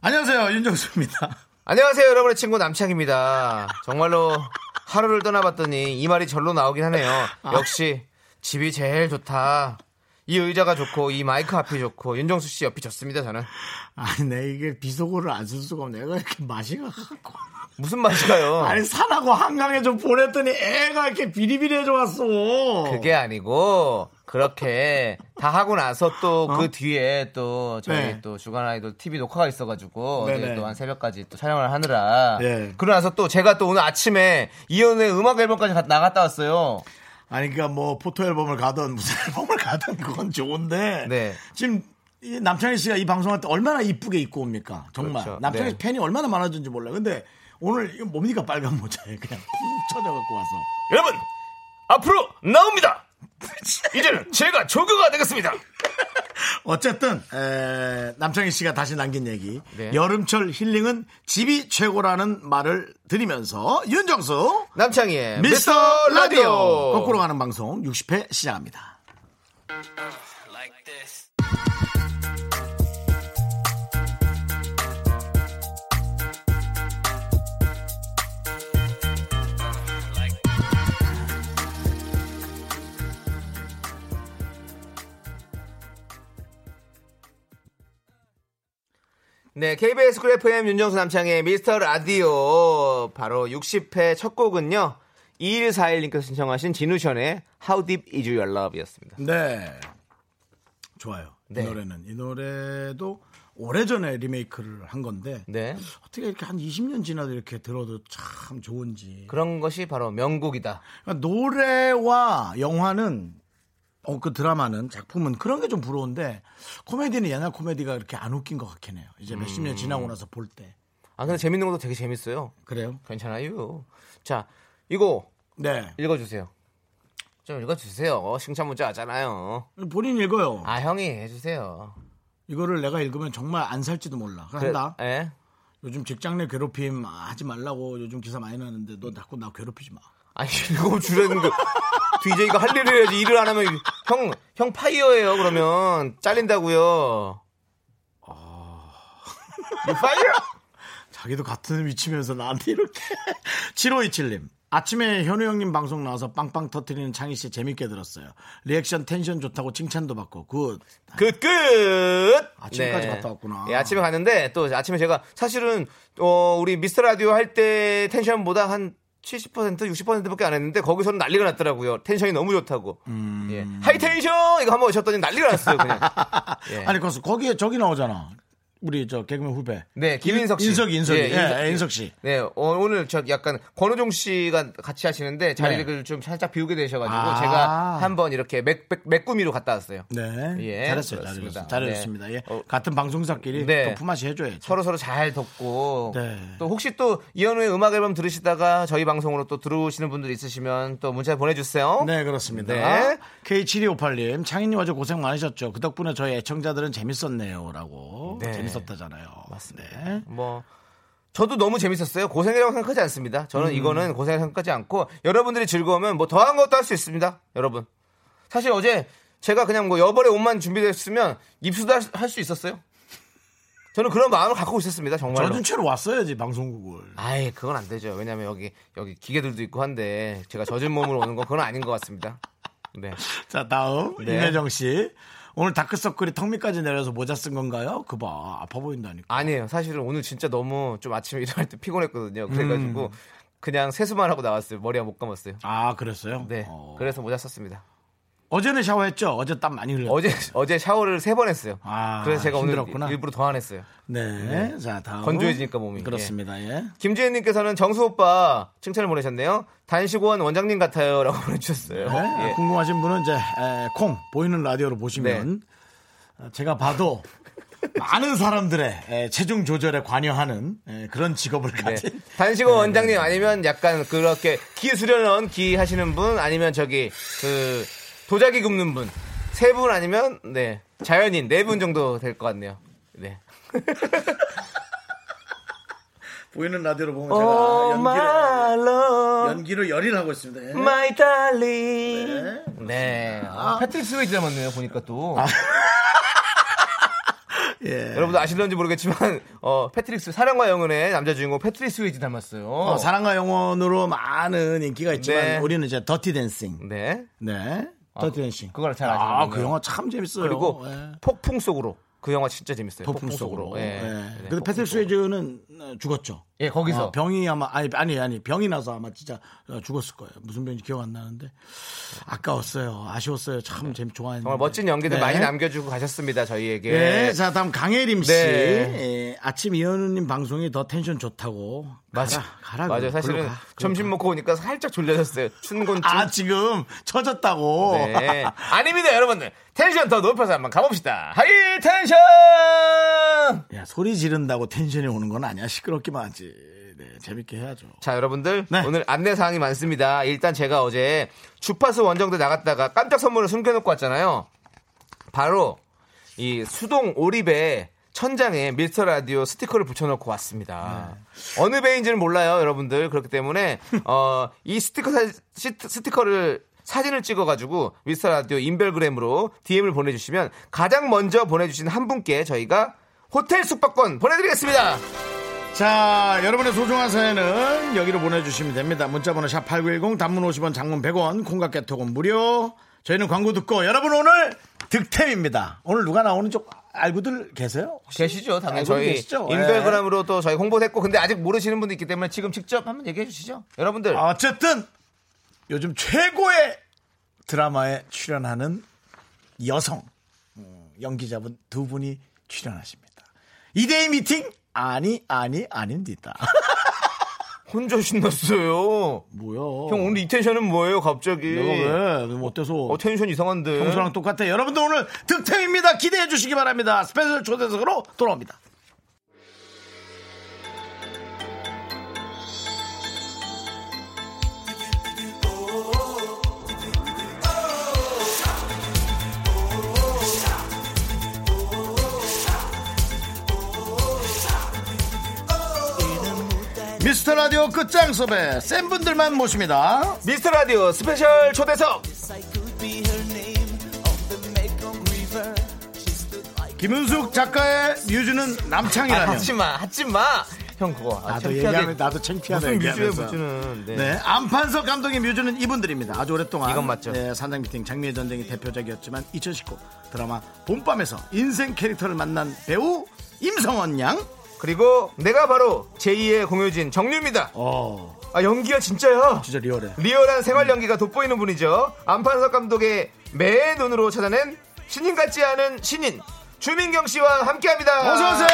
안녕하세요 윤정수입니다. 안녕하세요, 여러분의 친구 남창입니다. 정말로 하루를 떠나봤더니 이 말이 절로 나오긴 하네요. 아. 역시 집이 제일 좋다. 이 의자가 좋고 이 마이크 앞이 좋고 윤정수 씨 옆이 좋습니다. 저는 아내 네, 이게 비속어를 안 쓸 수가 없네. 애가 이렇게 맛이 가갖고 무슨 맛일까요? 아니 산하고 한강에 좀 보냈더니 애가 이렇게 비리비리해져 왔어. 뭐. 그게 아니고 그렇게 다 하고 나서 또 그 뒤에 또 저희 어? 네. 또 주간 아이돌 TV 녹화가 있어가지고 네네. 어제 또 한 새벽까지 또 촬영을 하느라 예. 그러고 나서 또 제가 또 오늘 아침에 이연의 음악 앨범까지 갔- 나갔다 왔어요. 아니 그러니까 뭐 포토 앨범을 가든 무슨 앨범을 가든 그건 좋은데 네. 지금 이 남창희 씨가 이 방송할 때 얼마나 이쁘게 입고 옵니까? 정말 그렇죠. 남창희 씨 네. 팬이 얼마나 많아졌는지 몰라. 요 근데 오늘 이거 뭡니까 빨간 모자에 그냥 훅 쳐져갖고 와서 여러분 앞으로 나옵니다. 이제는 제가 조교가 되겠습니다. 어쨌든 에, 남창희 씨가 다시 남긴 얘기 네. 여름철 힐링은 집이 최고라는 말을 드리면서 윤정수 남창희의 미스터 라디오 거꾸로 거꾸로 가는 방송 60회 시작합니다. 네 KBS 쿨 FM 윤정수 남창희의 미스터 라디오 바로 60회 첫 곡은요 2141님께서 신청하신 진우션의 How Deep Is Your Love였습니다. 네. 좋아요. 네. 이 노래는 이 노래도 오래전에 리메이크를 한 건데 네 어떻게 이렇게 한 20년 지나도 이렇게 들어도 참 좋은지. 그런 것이 바로 명곡이다. 그러니까 노래와 영화는 어 그 드라마는 작품은 그런 게 좀 부러운데 코미디는 옛날 코미디가 이렇게 안 웃긴 것 같긴 해요. 이제 몇십 년 지나고 나서 볼 때. 아 근데 재밌는 것도 되게 재밌어요. 음. 그래요? 괜찮아요. 자 이거 네. 읽어주세요. 좀 읽어주세요. 칭찬 문자 왔잖아요. 본인 읽어요. 아 형이 해주세요. 이거를 내가 읽으면 정말 안 살지도 몰라. 그래, 한다. 예. 요즘 직장 내 괴롭힘 하지 말라고 요즘 기사 많이 나는데 너 자꾸 나 괴롭히지 마. 아니 이거 줄였는데 DJ가 할 일을 해야지 일을 안 하면 형 형 파이어예요 그러면 잘린다고요. 아, 파이어? 자기도 같은 위치면서 나한테 이렇게 7527님 아침에 현우 형님 방송 나와서 빵빵 터트리는 창희 씨 재밌게 들었어요 리액션 텐션 좋다고 칭찬도 받고 굿 그 끝. 아침까지 갔다 왔구나. 예, 아침에 갔는데 또 아침에 제가 사실은 어 우리 미스터 라디오 할 때 텐션보다 한 70% 60%밖에 안 했는데 거기서는 난리가 났더라고요. 텐션이 너무 좋다고. 음. 예. 하이 텐션 이거 한번 오셨더니 난리가 났어요. 그냥. 예. 아니 그래서 거기에 저기 나오잖아 우리 저 개그맨 후배 네, 김인석 씨. 인석이 인석이 예, 예, 인석- 예, 인석 씨 네, 어, 오늘 저 약간 권호종 씨가 같이 하시는데 자리를 좀 살짝 비우게 되셔가지고 네. 아. 제가 한번 이렇게 맥, 맥, 맥구미로 갔다 왔어요. 네. 예, 잘했어요. 잘해줬습니다. 그렇습니다. 잘해줬습니다. 네. 예. 어, 같은 방송사끼리 네. 또 품앗이 해줘야죠. 서로 서로 잘 돕고 네. 또 혹시 또 이현우의 음악 앨범 들으시다가 저희 방송으로 또 들어오시는 분들 있으시면 또 문자 보내주세요. 네, 그렇습니다. 네. K7258님, 창희님 어제 고생 많으셨죠? 그 덕분에 저희 애청자들은 재밌었네요. 라고. 네. 재밌었다잖아요. 맞습니다. 네. 뭐 저도 너무 재밌었어요. 고생이라고 생각하지 않습니다. 저는 이거는 고생이라고 생각하지 않고 여러분들이 즐거우면 뭐 더한 것도 할 수 있습니다. 여러분. 사실 어제 제가 그냥 뭐 여벌의 옷만 준비됐으면 입수도 할 수 있었어요. 저는 그런 마음을 갖고 있었습니다. 정말로. 저준채로 왔어야지, 방송국을. 아이 그건 안 되죠. 왜냐하면 여기 여기 기계들도 있고 한데 제가 젖은 몸으로 오는 건 그건 아닌 것 같습니다. 네. 자, 다음. 네. 임혜정 씨. 오늘 다크서클이 턱 밑까지 내려서 모자 쓴 건가요? 그 봐. 아파 보인다니까. 아니에요. 사실은 오늘 진짜 너무 좀 아침에 일어날 때 피곤했거든요. 그래가지고 그냥 세수만 하고 나왔어요. 머리가 못 감았어요. 아, 그랬어요? 네. 어. 그래서 모자 썼습니다. 어제는 샤워했죠? 어제 땀 많이 흘렸죠? 어제 어제 샤워를 세 번 했어요. 아, 그래서 제가 힘들었구나. 오늘 일부러 더 안 했어요. 네. 자, 다음. 건조해지니까 몸이. 그렇습니다. 예. 김지혜님께서는 정수 오빠 칭찬을 보내셨네요. 단식원 원장님 같아요라고 보내주셨어요. 네, 예. 네. 궁금하신 분은 이제 에, 콩 보이는 라디오로 보시면 제가 봐도 많은 사람들의 에, 체중 조절에 관여하는 에, 그런 직업을 네. 가진 단식어 네, 원장님 아니면 약간 그렇게 기 수련원 기 하시는 분 아니면 저기 그 도자기 굽는 분 세 분 아니면 네 자연인 네 분 정도 될 것 같네요. 네. 보이는 라디오로 보면 어, 제가 연기를 love, 연기로 열일 하고 있습니다. 예. my darling. 네. 네. 아, 패트릭 스웨이즈 닮았네요 보니까 또. 아. 예. 여러분들 아실런지 모르겠지만 어 패트릭 스 사랑과 영혼의 남자 주인공 패트릭 스웨이즈 닮았어요. 어, 사랑과 영혼으로 많은 인기가 있지만 네. 우리는 이제 더티 댄싱. 네. 네. 더티 댄싱. 그걸 잘 아시는군요. 아, 그 영화 참 재밌어요. 그리고 예. 폭풍 속으로 그 영화 진짜 재밌어요. 폭풍 속으로. 예. 예. 네, 근데 폭풍 패트릭 속으로. 스웨즈는 어, 죽었죠. 예 거기서 어, 병이 아마 아니 아니 아니 병이 나서 아마 진짜 어, 죽었을 거예요. 무슨 병인지 기억 안 나는데 아까웠어요. 아쉬웠어요. 참 재미 좋아했는데. 네. 정말 멋진 연기들 네. 많이 남겨주고 가셨습니다 저희에게. 네, 자 다음 강혜림 씨. 네. 예, 아침 이현우님 방송이 더 텐션 좋다고. 맞아. 가라. 가라, 맞아. 그래. 사실은 글로 가. 글로 점심 먹고 오니까 살짝 졸려졌어요. 춘곤증. 아 지금 쳐졌다고. 네. 아닙니다, 여러분들. 텐션 더 높여서 한번 가봅시다. 하이 텐션! 야 소리 지른다고 텐션이 오는 건 아니야. 시끄럽기만 하지. 네, 재밌게 해야죠. 자, 여러분들. 네. 오늘 안내 사항이 많습니다. 일단 제가 어제 주파수 원정대 나갔다가 깜짝 선물을 숨겨놓고 왔잖아요. 바로 이 수동 오립에 천장에 미스터 라디오 스티커를 붙여놓고 왔습니다. 어느 배인지는 몰라요, 여러분들. 그렇기 때문에 어, 이 스티커 사, 시- 스티커를 사진을 찍어가지고 미스터 라디오 인별그램으로 DM을 보내주시면 가장 먼저 보내주신 한 분께 저희가 호텔 숙박권 보내드리겠습니다. 자, 여러분의 소중한 사연은 여기로 보내주시면 됩니다. 문자번호 샵 8910, 단문 50원, 장문 100원, 콩각 개톡은 무료. 저희는 광고 듣고 여러분 오늘 득템입니다. 오늘 누가 나오는지 알고들 계세요? 혹시? 계시죠, 당연히 알고는 저희 계시죠? 예. 인별그램으로 또 저희 홍보도 했고 근데 아직 모르시는 분도 있기 때문에 지금 직접 한번 얘기해 주시죠, 여러분들. 아. 어쨌든 요즘 최고의 드라마에 출연하는 여성 음, 연기자분 두 분이 출연하십니다. 이데이 미팅? 아니, 아니, 아닙니다. 혼자 신났어요. 뭐야. 형 오늘 이 텐션은 뭐예요, 갑자기? 내가 왜? 뭐 어때서? 어, 텐션 이상한데. 평소랑 똑같아. 여러분도 오늘 득템입니다. 기대해 주시기 바랍니다. 스페셜 초대석으로 돌아옵니다. 미스터 라디오 끝장 섭외 센 분들만 모십니다. 미스터 라디오 스페셜 초대석 김은숙 작가의 뮤즈는 아, 남창이라면 하지마 하지마 형 그거 아, 나도 창피하게. 얘기하면 나도 창피하다 무슨 뮤즈에 얘기하면서. 붙이는 네. 네, 안판석 감독의 뮤즈는 이분들입니다. 아주 오랫동안 이건 맞죠. 네, 산장 미팅 장미의 전쟁이 대표작이었지만 2019 드라마 봄밤에서 인생 캐릭터를 만난 배우 임성원 양. 그리고 내가 바로 제2의 공효진 정유입니다 어, 아 연기가 진짜야 진짜 리얼해. 리얼한 생활 연기가 돋보이는 분이죠 안판석 감독의 매의 눈으로 찾아낸 신인 같지 않은 신인 주민경 씨와 함께합니다 어서 오세요.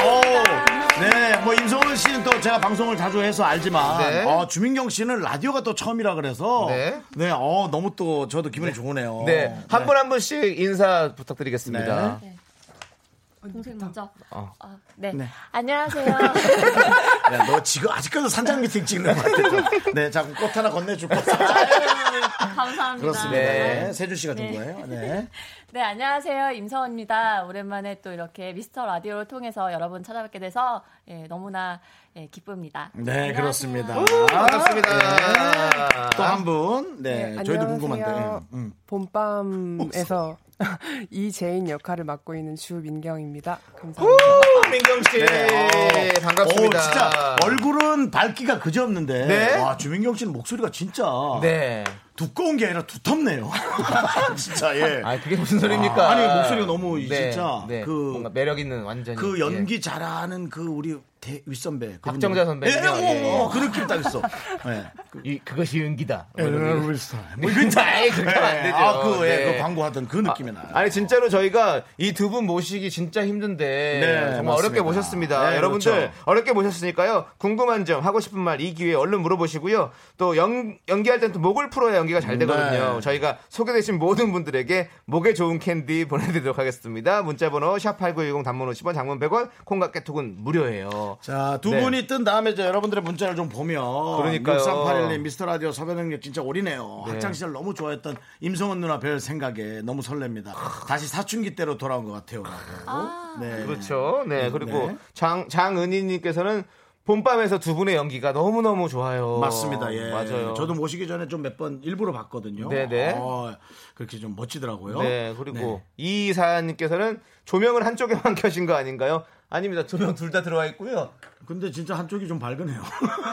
아, 오, 네, 뭐 임성원 씨는 또 제가 방송을 자주 해서 알지만 네. 어, 주민경 씨는 라디오가 또 처음이라 그래서 네. 네, 어, 너무 또 저도 기분이 좋으네요. 네 한 분 한 분씩 인사 부탁드리겠습니다 동생 먼저. 어. 아, 네. 네. 안녕하세요. 야, 너 지금 아직까지 산장 미팅 찍는 것 같아. 네, 자꾸 꽃 하나 건네줄 거. 감사합니다. 그렇습니다. 네. 네, 세준 씨가 준 네. 거예요. 네. 네, 안녕하세요. 임서원입니다. 오랜만에 또 이렇게 미스터 라디오를 통해서 여러분 찾아뵙게 돼서 예, 너무나 예, 기쁩니다. 네, 그렇습니다. 반갑습니다 또 한 분. 네, 저희도 궁금한데. 음. 봄밤에서 이재인 역할을 맡고 있는 주민경입니다. 감사합니다. 오, 민경 씨 예. 네, 어. 반갑습니다. 오, 진짜 얼굴은 밝기가 그지없는데 네. 와 주민경 씨는 목소리가 진짜 네. 두꺼운 게 아니라 두텁네요. 진짜 예. 아 그게 무슨 소리입니까? 아, 아니, 목소리가 너무 이 진짜 네. 그- 뭔가 매력 있는 완전히 그 예. 연기 잘하는 그 우리 대, 윗선배. 그분들. 박정자 선배님. 예, 예, 오, 오, 그 느낌 딱 있어. 예. 이, 그것이 연기다. 뭐 이런 얘기. 뭐 어, 이런 그건 아예 그렇게 하면 안 되죠. 아, 그, 예, 네. 그 광고하던 그 느낌이 나. 아니 진짜로 저희가 이 두 분 모시기 진짜 힘든데 네, 정말 맞습니다. 어렵게 모셨습니다. 네, 여러분들 그렇죠. 어렵게 모셨으니까요. 궁금한 점 하고 싶은 말 이 기회에 얼른 물어보시고요. 또 연, 연기할 땐 또 목을 풀어야 연기가 잘 되거든요. 네. 저희가 소개되신 모든 분들에게 목에 좋은 캔디 보내드리도록 하겠습니다. 문자번호 샵8910 단문 50원 장문 100원 콩깍개톡은 무료예요. 자, 두 네. 분이 뜬 다음에 이제 여러분들의 문자를 좀 보면. 그러니까요. 6381님 미스터 라디오 섭외 능력 진짜 올이네요. 학창시절 너무 좋아했던 임성원 누나 별 생각에 너무 설렙니다. 다시 사춘기 때로 돌아온 것 같아요. 라고. 네. 그렇죠. 네. 그리고 네. 장, 장은희님께서는 봄밤에서 두 분의 연기가 너무너무 좋아요. 맞습니다. 예. 맞아요. 저도 모시기 전에 좀 몇 번 일부러 봤거든요. 네네. 어, 그렇게 좀 멋지더라고요. 네, 그리고 이 사연님께서는 조명을 한쪽에만 켜신 거 아닌가요? 아닙니다. 조명 둘 다 들어와 있고요. 네. 근데 진짜 한쪽이 좀 밝으네요.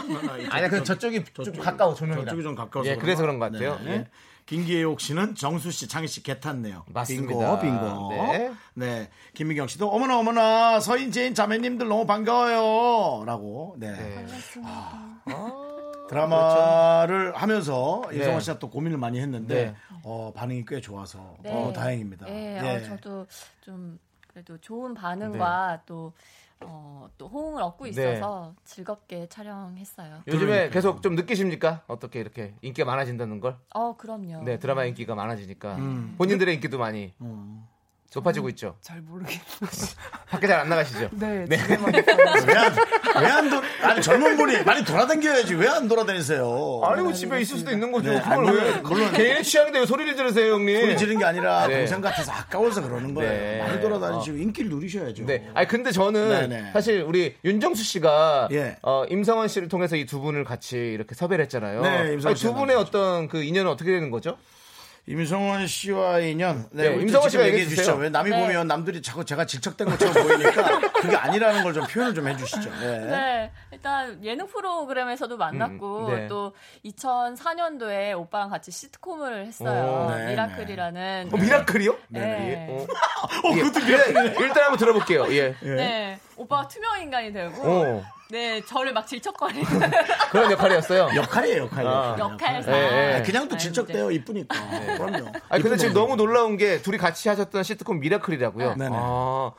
아니, 근데 저쪽이 좀 가까워, 조명이랑. 저쪽이 좀 가까워서. 예, 그래서 그런 것 같아요. 네. 예. 김기혜 씨는 정수 씨, 창희 씨 개탔네요. 맞습니다. 빙고, 빙고. 네. 네. 김미경 씨도 어머나 어머나 서인 제인 자매님들 너무 반가워요라고. 네. 아. 드라마를 하면서 이성원 씨가 또 고민을 많이 했는데 네. 어, 반응이 꽤 좋아서 네. 어, 다행입니다. 네, 예. 어, 저도 좀 그래도 좋은 반응과 네. 또, 어, 또 호응을 얻고 있어서 즐겁게 촬영했어요. 요즘에 계속 좀 느끼십니까? 어떻게 이렇게 인기가 많아진다는 걸? 어, 그럼요. 네, 드라마 인기가 많아지니까 음. 본인들의 인기도 많이 어. 높아지고 있죠. 잘 모르겠어요. 밖에 잘 안 나가시죠? 음. 네, 네. 집에만 있어요. 왜안 돌? 아니 젊은 분이 많이 돌아다녀야지 왜 안 돌아다니세요? 아니, 뭐 집에 있을 수도 있는 거죠. 네, 아니, 그걸 왜? 물론- 개인의 취향인데 왜 소리를 들으세요, 형님? 소리 지른 게 아니라 네. 동생 같아서 아까워서 그러는 거예요. 네. 많이 돌아다니시고 인기를 누리셔야죠. 네. 아니 근데 저는 네네. 사실 우리 윤정수 씨가 예. 어, 임성원 씨를 통해서 이 두 분을 같이 이렇게 섭외를 했잖아요. 네, 임성원 씨가 아니, 두 분의 어떤 그 인연은 어떻게 되는 거죠? 임성원 씨와 인연. 네, 우리 지금 임성원 씨가 얘기해 얘기해 주시죠. 주세요. 왜 남이 네. 보면 남들이 자꾸 제가 질척된 것처럼 보이니까 그게 아니라는 걸 좀 표현을 좀 해주시죠. 네. 네, 일단 예능 프로그램에서도 만났고 음, 네. 또 2004년도에 오빠랑 같이 시트콤을 했어요. 오, 네, 미라클이라는. 어, 미라클이요? 네. 예. 어. 그것도 미라클. 일단 한번 들어볼게요. 예. 네. 오빠가 투명 인간이 되고 어. 네, 저를 막 질척거리는 그런 역할이었어요. 역할이에요, 역할. 아. 역할, 네. 역할상. 예, 예. 아, 그냥 또 아이고, 질척대요, 이쁘니까. 어, 그럼요. 아니 근데 이쁜 놈이. 지금 너무 놀라운 게 둘이 같이 하셨던 시트콤 미라클이라고요. 네네. 아.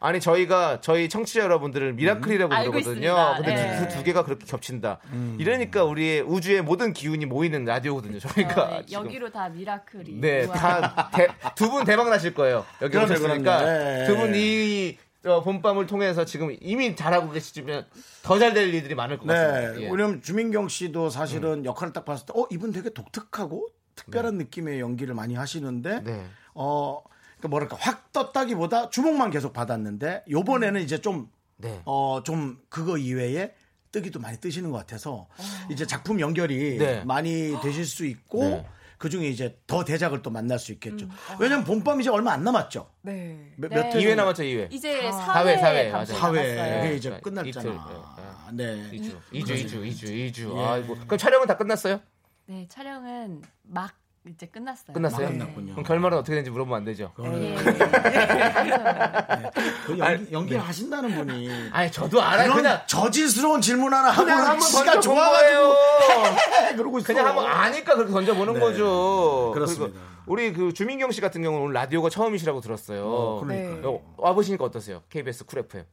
아니 저희가 저희 청취자 여러분들을 음. 미라클이라고 알고 부르거든요. 있습니다. 근데 네. 두, 두 개가 그렇게 겹친다. 음. 이러니까 우리의 우주의 모든 기운이 모이는 라디오거든요. 저희가 어, 네, 그러니까 지금. 여기로 다 미라클이. 네, 우와. 다, 두 분 대박 나실 거예요. 여기 그럼요, 오셨으니까. 그럼요. 예, 두 분 이 어, 봄밤을 통해서 지금 이미 잘하고 계시지만 더 잘 될 일들이 많을 것 같습니다. 네. 예. 음. 왜냐면 주민경 씨도 사실은 역할을 딱 봤을 때, 어, 이분 되게 독특하고 특별한 느낌의 연기를 많이 하시는데, 네. 어, 그러니까 뭐랄까, 확 떴다기보다 주목만 계속 받았는데, 요번에는 이제 좀, 네. 어, 좀 그거 이외에 뜨기도 많이 뜨시는 것 같아서, 이제 작품 연결이 네. 많이 되실 수 있고, 그 중에 이제 더 대작을 또 만날 수 있겠죠. 왜냐면 봄밤 이제 얼마 안 남았죠. 네. 몇, 네. 몇 회. 2회 남았죠, 2회. 이제 사회, 사회, 사회 사회 맞아요. 사회. 그게 이제 그러니까 끝났잖아. 네. 2주, 2주, 2주, 2주, 2주. 예. 아이고. 그럼 촬영은 다 끝났어요? 네, 촬영은 막 이제 끝났어요. 끝났어요? 막 끝났군요. 그럼 결말은 어떻게 되는지 물어보면 안 되죠. 예, 예, 예. 그 연기, 연기를 하신다는 분이. 아니, 저도 네. 알아요. 그런 그냥. 저질스러운 질문 하나 하고 그냥 한번 시가 던져본 좋아가지고 거예요. 그러고 있어. 그냥 한번 아니까 그렇게 던져보는 네, 거죠. 그렇습니다. 리고 우리 그 주민경 씨 같은 경우는 오늘 라디오가 처음이시라고 들었어요. 그러니까요. 네. 어, 와보시니까 어떠세요? KBS 쿨 FM.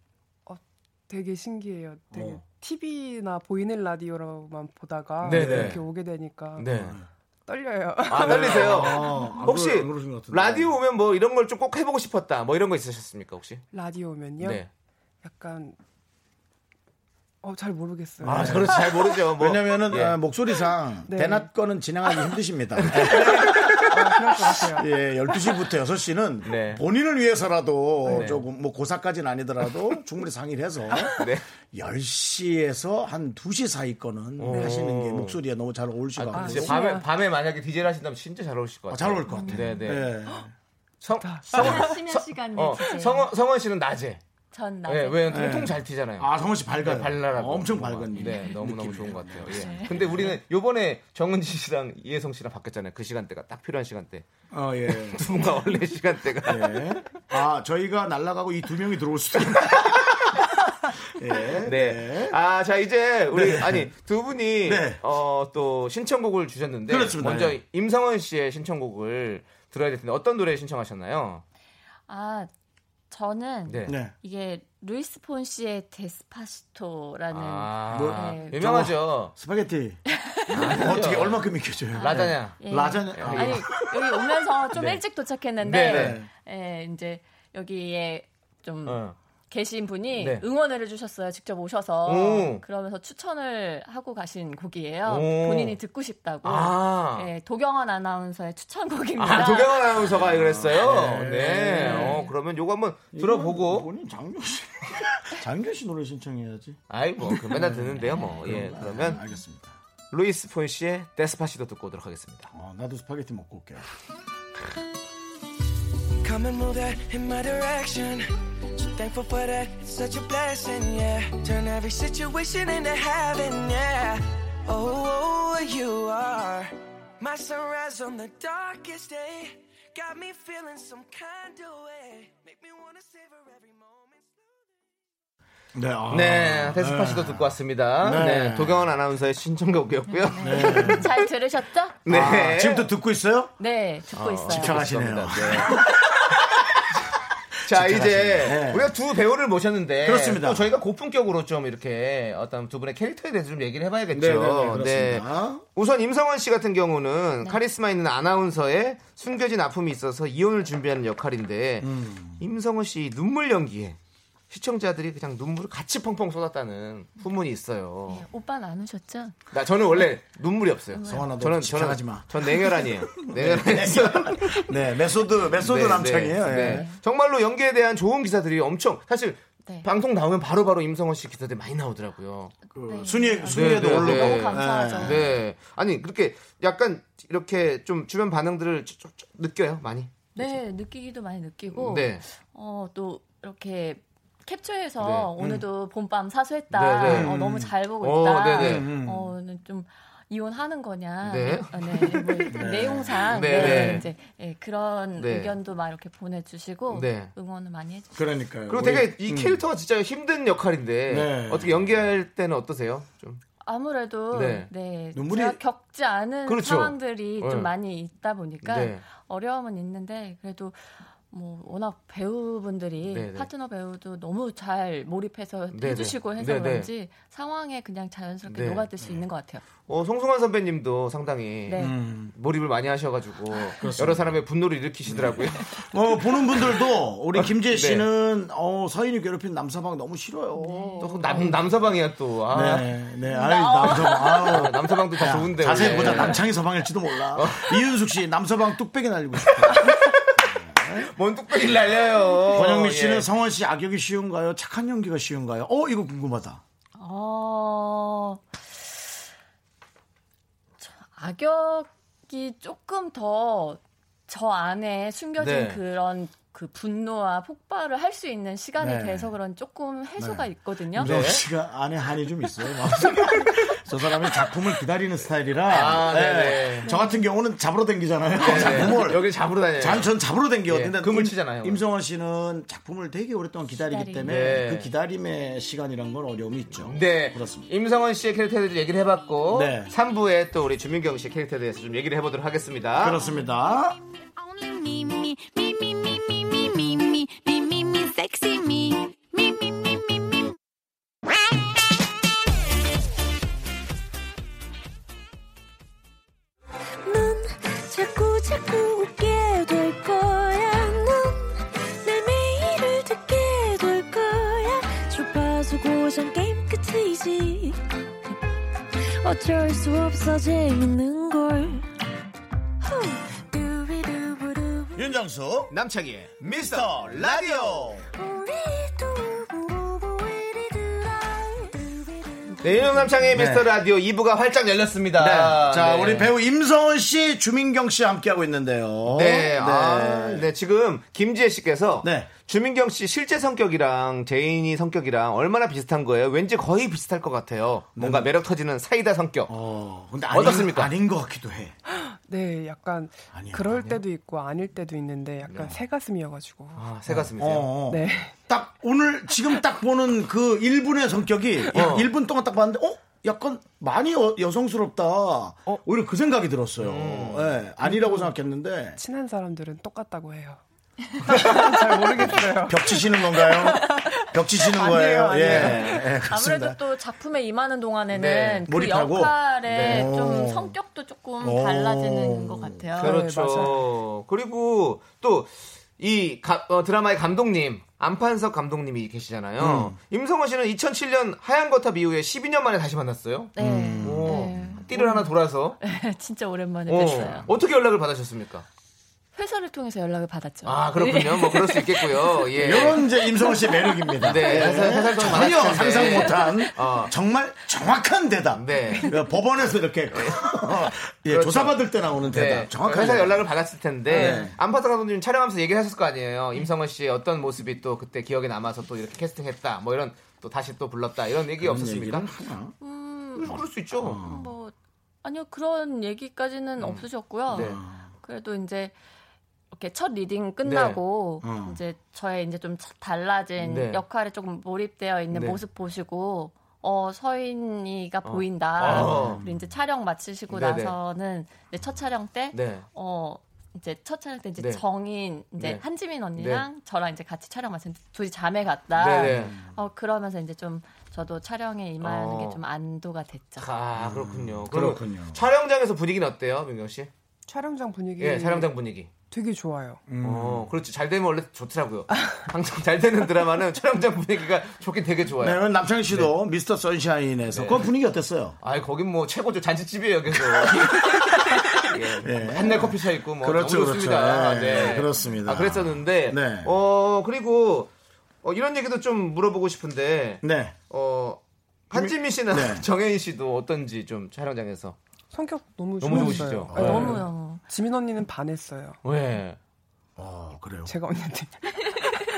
되게 신기해요. 되게 어. TV나 보이는 라디오로만 보다가 네네. 이렇게 오게 되니까 네. 떨려요. 아, 떨리세요? 아, 안 혹시 그러- 안 그러신 것 같은데. 라디오 오면 뭐 이런 걸 좀 꼭 해보고 싶었다. 뭐 이런 거 있으셨습니까, 혹시? 네. 라디오면요. 예. 네. 약간 어 잘 모르겠어요. 아, 저는 잘 모르죠. 뭐. 왜냐면은 예. 아, 목소리상 네. 대낮 거는 진행하기 힘드십니다. 아, 그럴 것 같아요. 예, 12시부터 6시는 네. 본인을 위해서라도 네. 조금 뭐 고사까지는 아니더라도 충분히 상의를 해서 네. 10시에서 한 2시 사이 거는 하시는 게 목소리에 너무 잘 어울리실 것 아, 같아요. 진짜 밤에, 밤에 만약에 DJ를 하신다면 진짜 잘 어울리실 것 같아요. 잘 어울릴 것 같아요. 네네. 예. 성, 아, 심야- 심야 시간에 어, DJ. 성원, 성원 씨는 낮에. 전 예, 낮에. 왜냐면 통통 잘 튀잖아요. 네, 아, 성원 씨 밝아요. 발랄하고 엄청 뭔가. 밝은 네, 너무 너무 느낌이에요. 좋은 것 같아요. 예. 근데 우리는 요번에 정은지 씨랑 이혜성 씨랑 바뀌었잖아요. 그 시간대가 딱 필요한 시간대. 어, 예. 두 분과 원래 시간대가 네. 아, 저희가 날아가고 이 두 명이 들어올 수도 있나요? 예. 네. 아, 자, 이제 우리, 아니, 두 분이, 네. 어, 또 신청곡을 주셨는데, 그렇습니다. 먼저 예. 임성원 씨의 신청곡을 들어야 될 텐데, 어떤 노래 신청하셨나요? 아, 저는 네. 네. 이게 루이스 폰 씨의 데스파시토라는 아, 뭐, 네. 유명하죠. 스파게티. 어떻게 얼마큼 익혀줘요? 아, 라자냐. 예. 라자냐. 아, 아니 여기 오면서 좀 네. 일찍 도착했는데 네, 예, 이제 여기에 좀 어. 계신 분이 네. 응원을 해주셨어요. 직접 오셔서 오. 그러면서 추천을 하고 가신 곡이에요. 오. 본인이 듣고 싶다고. 아. 예, 도경원 아나운서의 추천곡입니다. 아, 도경환 아나운서가 그랬어요. 네. 뭐 어, 그러면 요거 한번 들어보고. 아, 본인 장교 씨. 장교 씨 노래 신청해야지. 아이, 뭐, 그 맨날 듣는데요, 뭐. 예, 아, 그러면 알겠습니다. 루이스 폰 씨의 데스파시도 듣고 오도록 하겠습니다. 어, 나도 스파게티 먹고 올게요. Come and move that in my direction. So thankful for that, it's such a blessing, yeah. Turn every situation into heaven, yeah. Oh, you are my sunrise on the darkest day. Got me feeling some kind of way. Make me wanna savor every moment. 네. 아, 네, 데스파시도 듣고 왔습니다. 네. 네. 도경원 아나운서의 신청곡이었고요. 네. 잘 들으셨죠? 아, 지금도 듣고 있어요? 네, 듣고 아. 있어요. 집착하시네요. 자, 이제 하시네요. 네. 우리가 두 배우를 모셨는데 그렇습니다. 또 저희가 고품격으로 좀 이렇게 어떤 두 분의 캐릭터에 대해서 좀 얘기를 해봐야겠죠. 네, 네, 네, 그렇습니다. 우선 임성원 씨 같은 경우는 카리스마 있는 아나운서에 숨겨진 아픔이 있어서 이혼을 준비하는 역할인데 음. 임성원 씨 눈물 연기에 시청자들이 그냥 눈물을 같이 펑펑 쏟았다는 후문이 있어요. 예, 오빠는 안 오셨죠? 나 저는 원래 눈물이 없어요. 성환아, 너 집착하지 마. 전 냉혈한이에요. 냉혈한이에요. 네, 메소드, 메소드 네, 남창이에요. 네, 예. 네. 정말로 연기에 대한 좋은 기사들이 엄청 사실 네. 방송 나오면 바로바로 임성원 씨 기사들이 많이 나오더라고요. 네. 그 순위, 순위에도 네, 네, 올르고. 네. 너무 감사하죠. 네. 네. 아니 그렇게 약간 이렇게 좀 주변 반응들을 좀- 좀- 좀 느껴요 많이. 네, 느끼기도 많이 느끼고 네. 어, 또 이렇게 캡처해서 네. 오늘도 봄밤 사수했다. 네, 네. 어, 너무 잘 보고 어, 있다. 네, 네. 어, 오늘 좀 이혼하는 거냐? 네. 아, 네, 뭐 일단 내용상 네, 네, 네. 이제 예, 그런 네. 의견도 막 이렇게 보내주시고 네. 응원을 많이 해주시고 그러니까요. 그리고 우리- 되게 이 캐릭터가 진짜 힘든 역할인데 음. 네. 어떻게 연기할 때는 어떠세요? 좀 아무래도 네. 네, 눈물이- 제가 겪지 않은 그렇죠. 상황들이 네. 좀 많이 있다 보니까 네. 어려움은 있는데 그래도 뭐 워낙 배우분들이 네, 네. 파트너 배우도 너무 잘 몰입해서 네, 해주시고 네. 해서 네, 네. 그런지 상황에 그냥 자연스럽게 네. 녹아들 수 있는 것 같아요. 어, 송승환 선배님도 상당히 네. 음. 몰입을 많이 하셔가지고 여러 사람의 분노를 일으키시더라고요. 네. 어, 보는 분들도 우리 네. 김재 씨는 어, 서인이 괴롭힌 남사방 너무 싫어요. 또남 남서방이야 또. 아. 네, 네. 아이, 남서방. 아우. 남서방도 다 야, 좋은데. 네. 자세히 원래. 어? 보자. 남창이 서방일지도 몰라. 이윤숙 씨, 남서방 뚝배기 날리고 싶어. 뭔 뚝배기를 날려요. 권영미 씨는 예. 성원 씨 악역이 쉬운가요? 착한 연기가 쉬운가요? 어, 이거 궁금하다. 어... 저 악역이 조금 더 저 안에 네. 숨겨진 그런 그 분노와 폭발을 할 수 있는 시간이 네. 돼서 그런 조금 해소가 네. 있거든요. 윤정 씨가 안에 한이 좀 있어요. 저 사람이 작품을 기다리는 스타일이라. 아, 네. 네네. 네. 저 같은 경우는 잡으러 댕기잖아요. 작품을. 예. 여기 잡으러 다녀요. 전, 전 잡으러 댕기거든요. 예, 근데 금을 임- 치잖아요. 임성원 씨는 작품을 되게 오랫동안 기다리기 기다리기. 때문에 네. 그 기다림의 시간이란 건 어려움이 있죠. 네. 그렇습니다. 임성원 씨의 캐릭터에 대해서 얘기를 해봤고 네. 3부에 또 우리 주민경 씨의 캐릭터에 대해서 좀 얘기를 해보도록 하겠습니다. 그렇습니다. Only me, me, me, me, me, me, me, me, me, me, me, me, sexy me. Me, me, me, me, me. 넌 자꾸, 자꾸 웃게 될 거야. 넌내 매일을 듣게 될 거야. 주파수 고정 게임 끝이지. 어쩔 수 없어 재밌는 걸. 후. 두비두부두. 윤정수. 남창희의 미스터 라디오. 우리 두부부부 이리들아. 두비두부. 네, 윤영 남창희의 미스터 라디오 2부가 활짝 열렸습니다. 자, 네. 우리 배우 임성원 씨, 주민경 씨 함께하고 있는데요. 네, 아, 네, 지금 김지혜 씨께서 네. 주민경 씨 실제 성격이랑 제인이 성격이랑 얼마나 비슷한 거예요? 왠지 거의 비슷할 것 같아요. 뭔가 매력 터지는 사이다 성격. 네. 어, 근데 어떻습니까? 아닌 것 같기도 해. 네, 약간 아니요, 그럴 아니요. 네. 때도 있고 아닐 때도 있는데 약간 새 가슴이어가지고. 아, 새 가슴이세요? 어, 어. 네. 딱 오늘 지금 딱 보는 그 1분의 성격이 어. 1분 동안 딱 봤는데 어? 약간 많이 여, 성스럽다 어? 오히려 그 생각이 들었어요. 음. 예, 아니라고 생각했는데 친한 사람들은 똑같다고 해요. 잘 모르겠어요. 벽치시는 건가요? 벽치시는 거예요. 아니에요, 예, 예, 그렇습니다. 아무래도 또 작품에 임하는 동안에는 네, 그 몰입하고. 역할에 네. 오. 좀 성격도 조금 오. 그렇죠. 달라지는 것 같아요. 네, 그렇죠. 그리고 또 이 어, 드라마의 감독님 안판석 감독님이 계시잖아요. 임성원 씨는 2007년 하얀 거탑 이후에 12년 만에 다시 만났어요. 네, 음. 오, 띠를 하나 돌아서 네. 진짜 오랜만에 뵀어요. 어, 떻게 연락을 받으셨습니까? 회사를 통해서 연락을 받았죠. 아 그렇군요. 뭐 그럴 수 있겠고요. 예. 이런 이제 임성원 씨의 매력입니다. 네, 예. 회사- 회사 좀 전혀 많았을 텐데. 상상 못한 어. 정말 정확한 대답. 네. 예, 법원에서 이렇게 예, 그렇죠. 조사받을 때 나오는 대답. 네. 정확한 회사 대답. 연락을 받았을 텐데 네. 안파사 감독님 촬영하면서 얘기를 하셨을 거 아니에요. 임성원 씨의 어떤 모습이 또 그때 기억에 남아서 또 이렇게 캐스팅했다. 뭐 이런 또 다시 또 불렀다 이런 어. 얘기 그런 없었습니까? 얘기는 하나? 음, 그럴 수 있죠. 뭐 아니요 그런 얘기까지는 없으셨고요. 네. 그래도 이제 이렇게 첫 리딩 끝나고 어. 이제 저의 이제 좀 차- 달라진 네. 역할에 조금 몰입되어 있는 네. 모습 보시고 어 서인이가 보인다. 어. 그리고 이제 촬영 마치시고 네네. 나서는 이제 첫 촬영 때 네. 어. 이제 첫 촬영 때 이제 네. 정인 이제 네. 한지민 언니랑 저랑 이제 같이 촬영 마친 둘이 자매 같다. 네네. 어 그러면서 이제 좀 저도 촬영에 임하는 어. 게 좀 안도가 됐죠. 아 그렇군요. 그럼 음, 그렇군요. 촬영장에서 분위기는 어때요, 민경 씨? 촬영장 분위기 예, 촬영장 분위기. 되게 좋아요. 음. 어, 그렇지. 잘 되면 원래 좋더라고요. 항상 잘 되는 드라마는 촬영장 분위기가 좋긴 되게 좋아요. 네, 남창희 씨도 미스터 네. 선샤인에서 그 분위기 어땠어요? 아이 거긴 뭐 최고죠 잔치집이에요 계속 예, 예. 한날 커피 차 있고 뭐 그렇죠, 너무 좋습니다 그렇죠. 예, 그렇습니다. 아, 그랬었는데 네. 어 그리고 어, 이런 얘기도 좀 물어보고 싶은데 네. 어 한지민 씨나 네. 정혜인 씨도 어떤지 좀 촬영장에서 성격 너무 너무 좋으셨어요. 아, 좋으시죠? 어, 너무 너무. 지민 언니는 반했어요. 왜 어, 그래요. 제가 언니한테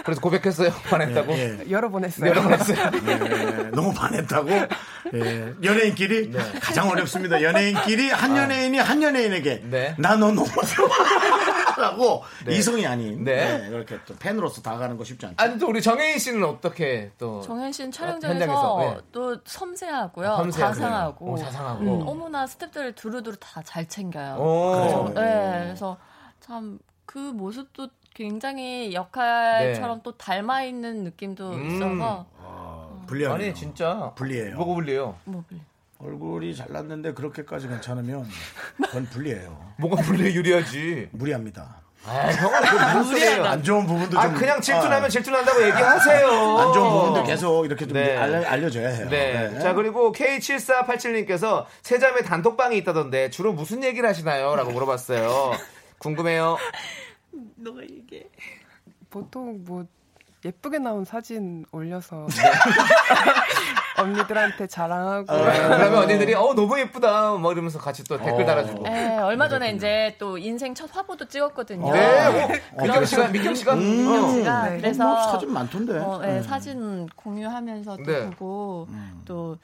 그래서 고백했어요 반했다고 예. 여러 번 했어요. 예, 너무 반했다고. 예, 연예인끼리 네. 가장 어렵습니다. 연예인끼리 한 연예인이 한 연예인에게 아. 네. 나 너 너무 좋아라고 네. 이성이 아닌 네. 네, 이렇게 또 팬으로서 다가가는 거 쉽지 않죠. 아니 또 우리 정혜인 씨는 어떻게 또 정현 씨는 현장에서, 촬영장에서 네. 또 섬세하고요, 섬세하고요. 자상하고, 어, 어. 자상하고. 음, 어머나 스태프들을 두루두루 다 잘 챙겨요. 오. 그래서, 네, 그래서 참 그 모습도 굉장히 역할처럼 또 닮아 있는 느낌도 네. 음. 있어서 불리하네요. 아니 진짜 불리해요. 뭐가 불리해요 뭐 그래. 얼굴이 잘났는데 그렇게까지 괜찮으면 그건 불리해요. 뭐가 불리해 유리하지 무리합니다. 아 형은 그거 무슨 소리예요 안 좋은 부분도 아 좀 그냥 아, 질투나면 질투난다고 얘기하세요. 안 좋은 부분도 계속 이렇게 좀 네. 알려, 알려줘야 해요. 네. 자 그리고 K7487님께서 세자매 단톡방이 있다던데 주로 무슨 얘기를 하시나요?라고 물어봤어요. 궁금해요. 보통 뭐 예쁘게 나온 사진 올려서 언니들한테 자랑하고 그러면 언니들이 어 너무 예쁘다 뭐 이러면서 같이 또 어. 댓글 달아주고. 네, 얼마 전에 이제 또 인생 첫 화보도 찍었거든요. 네. 어, 민경 씨가 민경 씨가 어. 제가 네. 그래서 음. 뭐 사진 많던데. 어, 네, 사진 공유하면서 또 음. 네. 보고 음. 또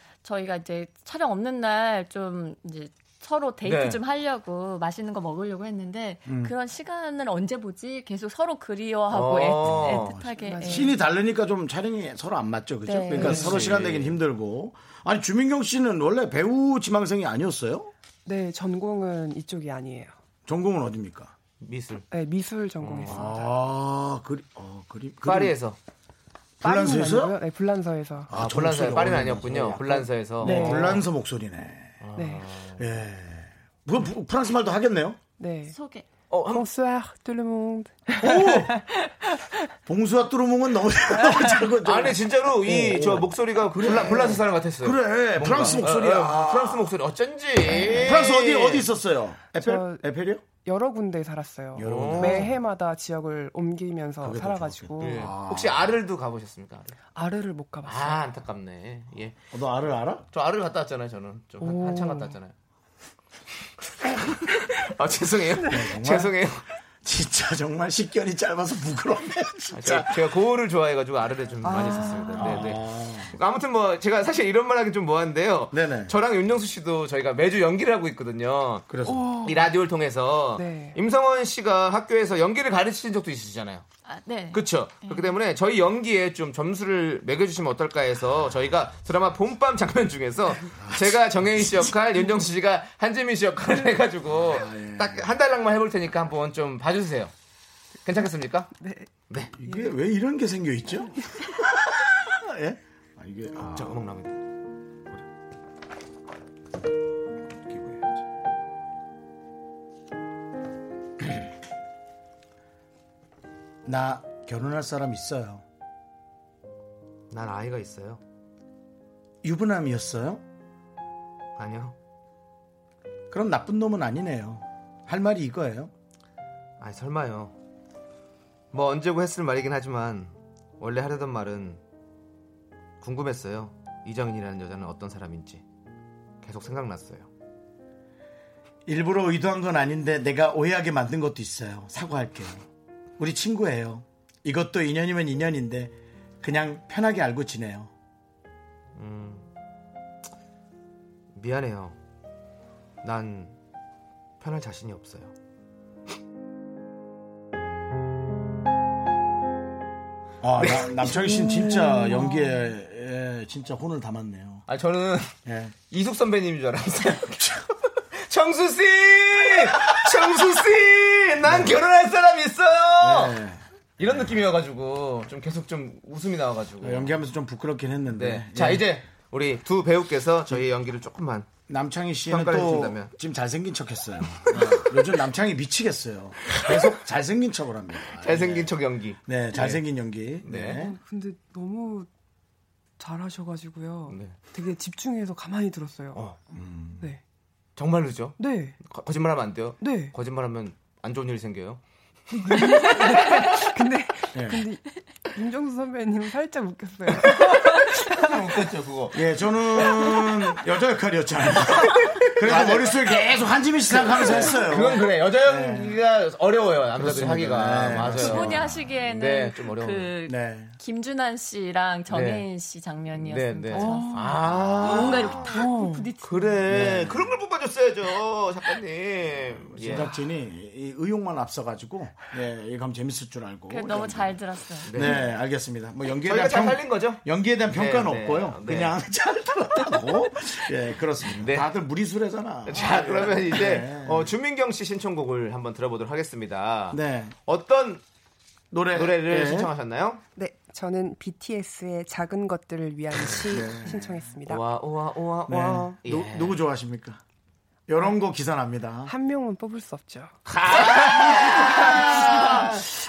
저희가 이제 촬영 없는 날 좀 이제 서로 데이트 네. 좀 하려고 맛있는 거 먹으려고 했는데 음. 그런 시간을 언제 보지 계속 서로 그리워하고 어. 애틋, 애틋하게 예. 신이 다르니까 좀 촬영이 서로 안 맞죠, 그죠? 네. 그러니까 그렇지. 서로 시간 내긴 힘들고. 아니 주민경 씨는 원래 배우 지망생이 아니었어요? 네 전공은 이쪽이 아니에요. 전공은 어디입니까? 미술. 네, 미술 전공했습니다. 아, 그리, 어, 그리, 그리- 파리에서. 불란서에서? 파리는 아니고요. 네, 불란서에서. 아, 저 목소리 예. 불란서. 파리는 어려운데. 아니었군요. 불란서에서. 아. 네. 어. 불란서 목소리네. 네. 예. 그 부- 프랑스 말도 하겠네요. 네. 소개 어, 한- Bonsoir tout le monde. 봉수와 뚜루몽은 너무 너무 작고 좀- 어. 아니 진짜로 이 저 목소리가 불란, 불란서 사람 같았어요. 네. 그래, 프랑스 목소리야. 어, 어, 프랑스 목소리 어쩐지. 프랑스 어디 어디 있었어요? 에펠 저- 에펠이요? 여러 군데 살았어요. 여러 군데. 매해마다 지역을 옮기면서 그게 더 살아가지고 예. 혹시 아르도 가보셨습니까? 아르? 아래를 못 가봤어요. 아 안타깝네. 예. 어, 너 알을 알아? 저 아르 갔다 왔잖아요. 저는 좀 한- 오. 한참 갔다 왔잖아요. 아 죄송해요. 네, 죄송해요. 진짜 정말 식견이 짧아서 부끄럽네요. 아, 진짜. 아. 제가, 제가 고흐를 좋아해가지고 아르를 좀 많이 썼습니다. 네, 네. 아무튼 뭐 제가 사실 이런 말하기 좀 뭐한데요. 네네. 저랑 윤정수 씨도 저희가 매주 연기를 하고 있거든요. 그래서 이 라디오를 통해서 네. 임성원 씨가 학교에서 연기를 가르치신 적도 있으시잖아요. 아, 네. 그렇죠. 그렇기 때문에 저희 연기에 좀 점수를 매겨주시면 어떨까 해서 저희가 드라마 봄밤 장면 중에서 제가 정혜인 씨 역할, 윤정수 씨가 한지민 씨 역할을 해가지고 딱 한 달랑만 해볼 테니까 한번 좀 봐주세요. 괜찮겠습니까? 이게 왜 이런 게 생겨 있죠? 예? 아, 이게 아, 자, 음악 나옵니다. 끼고 해야지. 나 결혼할 사람 있어요. 난 아이가 있어요. 유부남이었어요? 아니요. 그럼 나쁜 놈은 아니네요. 할 말이 이거예요. 아니 설마요. 뭐 언제고 했을 말이긴 하지만 원래 하려던 말은 궁금했어요. 이정인이라는 여자는 어떤 사람인지 계속 생각났어요. 일부러 의도한 건 아닌데 내가 오해하게 만든 것도 있어요. 사과할게요. 우리 친구예요. 이것도 인연이면 인연인데 그냥 편하게 알고 지내요. 음. 미안해요. 난 편할 자신이 없어요. 아, 나- 남창희 씨는 진짜 연기에 예, 진짜 혼을 담았네요. 아 저는 예. 이숙 선배님인 줄 알았어요. 청수 씨, 청수 씨, 난 결혼할 사람 있어요. 네. 이런 느낌이어가지고 좀 계속 좀 웃음이 나와가지고. 연기하면서 좀 부끄럽긴 했는데. 네. 자 예. 이제 우리 두 네. 배우께서 저희 연기를 아, 조금만 남창희 씨는 평가를 또 해준다면. 지금 잘생긴 척했어요. 예. 요즘 남창희 미치겠어요. 계속 잘생긴 척을 합니다. 잘생긴 척 연기. 예. 네, 잘생긴 연기. 네. 네. 근데 너무 잘하셔가지고요. 네. 되게 집중해서 가만히 들었어요. 어. 네. 정말로죠. 네. 거- 거짓말하면 안 돼요. 네. 거짓말하면 안 좋은 일이 생겨요. 근데 네. 근데 윤정수 선배님 살짝 웃겼어요. 웃겼죠 그거. 예, 저는 여자 역할이었잖아요. 그래서 머릿속에 계속 한지민 씨 생각하면서 했어요. 그건 그래. 여자 연기가 어려워요 남자들이 네. 그렇습니다. 하기가 네, 두 분이 맞아요. 하시기에는 네, 좀 어려운. 그 네. 김준환 씨랑 정혜인 씨 장면이었습니다. 네, 네. 저는. 아 네. 뭔가 이렇게 다 어. 부딪히. 네. 그래 그런 걸 뽑아줬어야죠 작가님. 예. 제작진이 이 의욕만 앞서가지고 예, 이거 하면 재밌을 줄 알고. 그래서 너무 잘 들었어요. 네. 알겠습니다. 뭐 연기에 저희가 대한 잘 평, 살린 거죠? 연기에 대한 평가는 네, 네. 없고요. 네. 그냥 잘 들었다고. 예, 그렇습니다. 네. 다들 무리수래잖아. 자 그러면 이제 네. 어, 주민경 씨 신청곡을 한번 들어보도록 하겠습니다. 네. 어떤 노래 노래를 예. 신청하셨나요? 네, 저는 BTS의 작은 것들을 위한 시 신청했습니다. 오와 오와 오와 네. 오와. 예. 누, 누구 좋아하십니까? 이런 거 기사 납니다. 한 명은 뽑을 수 없죠.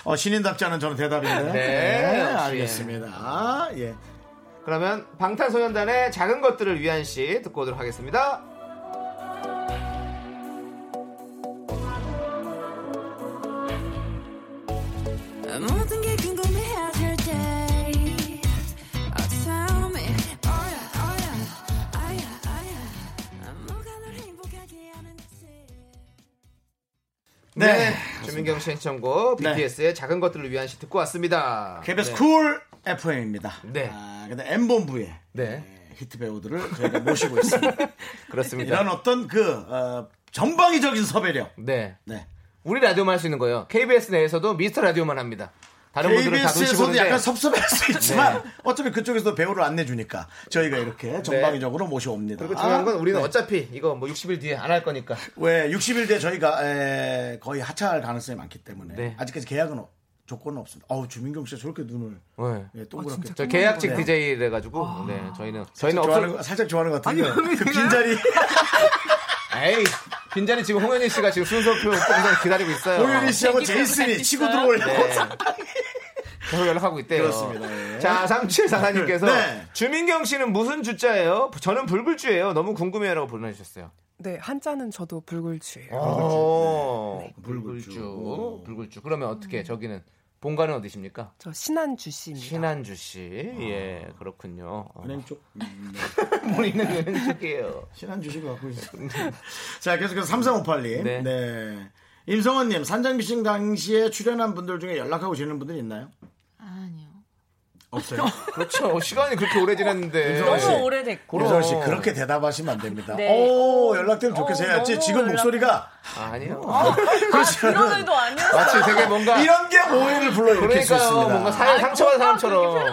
어, 신인답지 않은 저는 대답인데. 네, 역시. 아, 알겠습니다. 예. 그러면 방탄소년단의 작은 것들을 위한 시 듣고 오도록 하겠습니다. 모든 게 궁금해 하실 때 Oh tell me 어야 어야 아야 아야 뭐가 널 행복하게 하는지 네. 네. 주민경 씨 신청곡 네. BTS의 작은 것들을 위한 시 듣고 왔습니다. KBS 네. 쿨 FM입니다. 네. 아, 근데 M본부의 예, 네. 히트 배우들을 저희가 모시고 있습니다. 그렇습니다. 이런 어떤 그, 어, 전방위적인 섭외력. 네. 네. 우리 라디오만 할 수 있는 거예요. KBS 내에서도 미스터 라디오만 합니다. 다른 분들은 다 눈치 KBS에서도 보는데 네. 약간 섭섭할 수 있지만 어차피 그쪽에서 배우를 안 내주니까 저희가 이렇게 전방위적으로 모셔옵니다. 네. 그리고 중요한 아, 건 네. 우리는 어차피 이거 뭐 60일 뒤에 안 할 거니까. 왜 60일 뒤에 저희가 에, 거의 하차할 가능성이 많기 때문에 네. 아직까지 계약은 없- 조건은 없습니다. 어우 주민경 씨가 저렇게 눈을 네. 아, 예, 동그랗게 저 계약직 네. 아, DJ를 해가지고 네 저희는 저희는 좋아하는 없어 거, 살짝 좋아하는 것 같은데 그 빈자리 에이 빈자리 지금 홍현희 씨가 지금 순서표 뽑으면 기다리고 있어요. 홍현희 씨하고 제기표가 제이슨이 있어요? 치고 들어오려고 네. 계속 연락하고 있대요. 그렇습니다, 예. 자, 삼칠사사님께서 네. 주민경 씨는 무슨 주자예요? 저는 불굴주예요. 너무 궁금해요라고 보내주셨어요. 네, 한자는 저도 아, 어? 불굴주예요. 오, 불굴주. 네. 불굴주, 불굴주. 그러면 어떻게 저기는 본가는 어디십니까? 저 신한주 씨입니다. 신한주 씨, 예, 그렇군요. 어, 은행 쪽 음, 네. 본인은 은행주예요. 신한주 씨가 갖고 있어요. 자 계속해서 3358님 네. 네. 임성원님 산장미신 당시에 출연한 분들 중에 연락하고 지내는 분들 있나요? 아니요. 없어요. 그렇죠. 시간이 그렇게 오래 지났는데. 윤정아 씨. 너무 오래됐고. 그럼. 유선 씨 그렇게 대답하시면 안 됩니다. 네. 오 연락되면 좋겠어요. 어, 해야지 너무 지금 연락- 목소리가 아니요. 그렇지 않아요. 그런 의도 아니었어요. 마치 되게 뭔가. 이런 게 오해를 불러 일으킬 수 그러니까 그러니까요. 있습니다. 아, 뭔가 사회 상처받은 사람처럼. 아,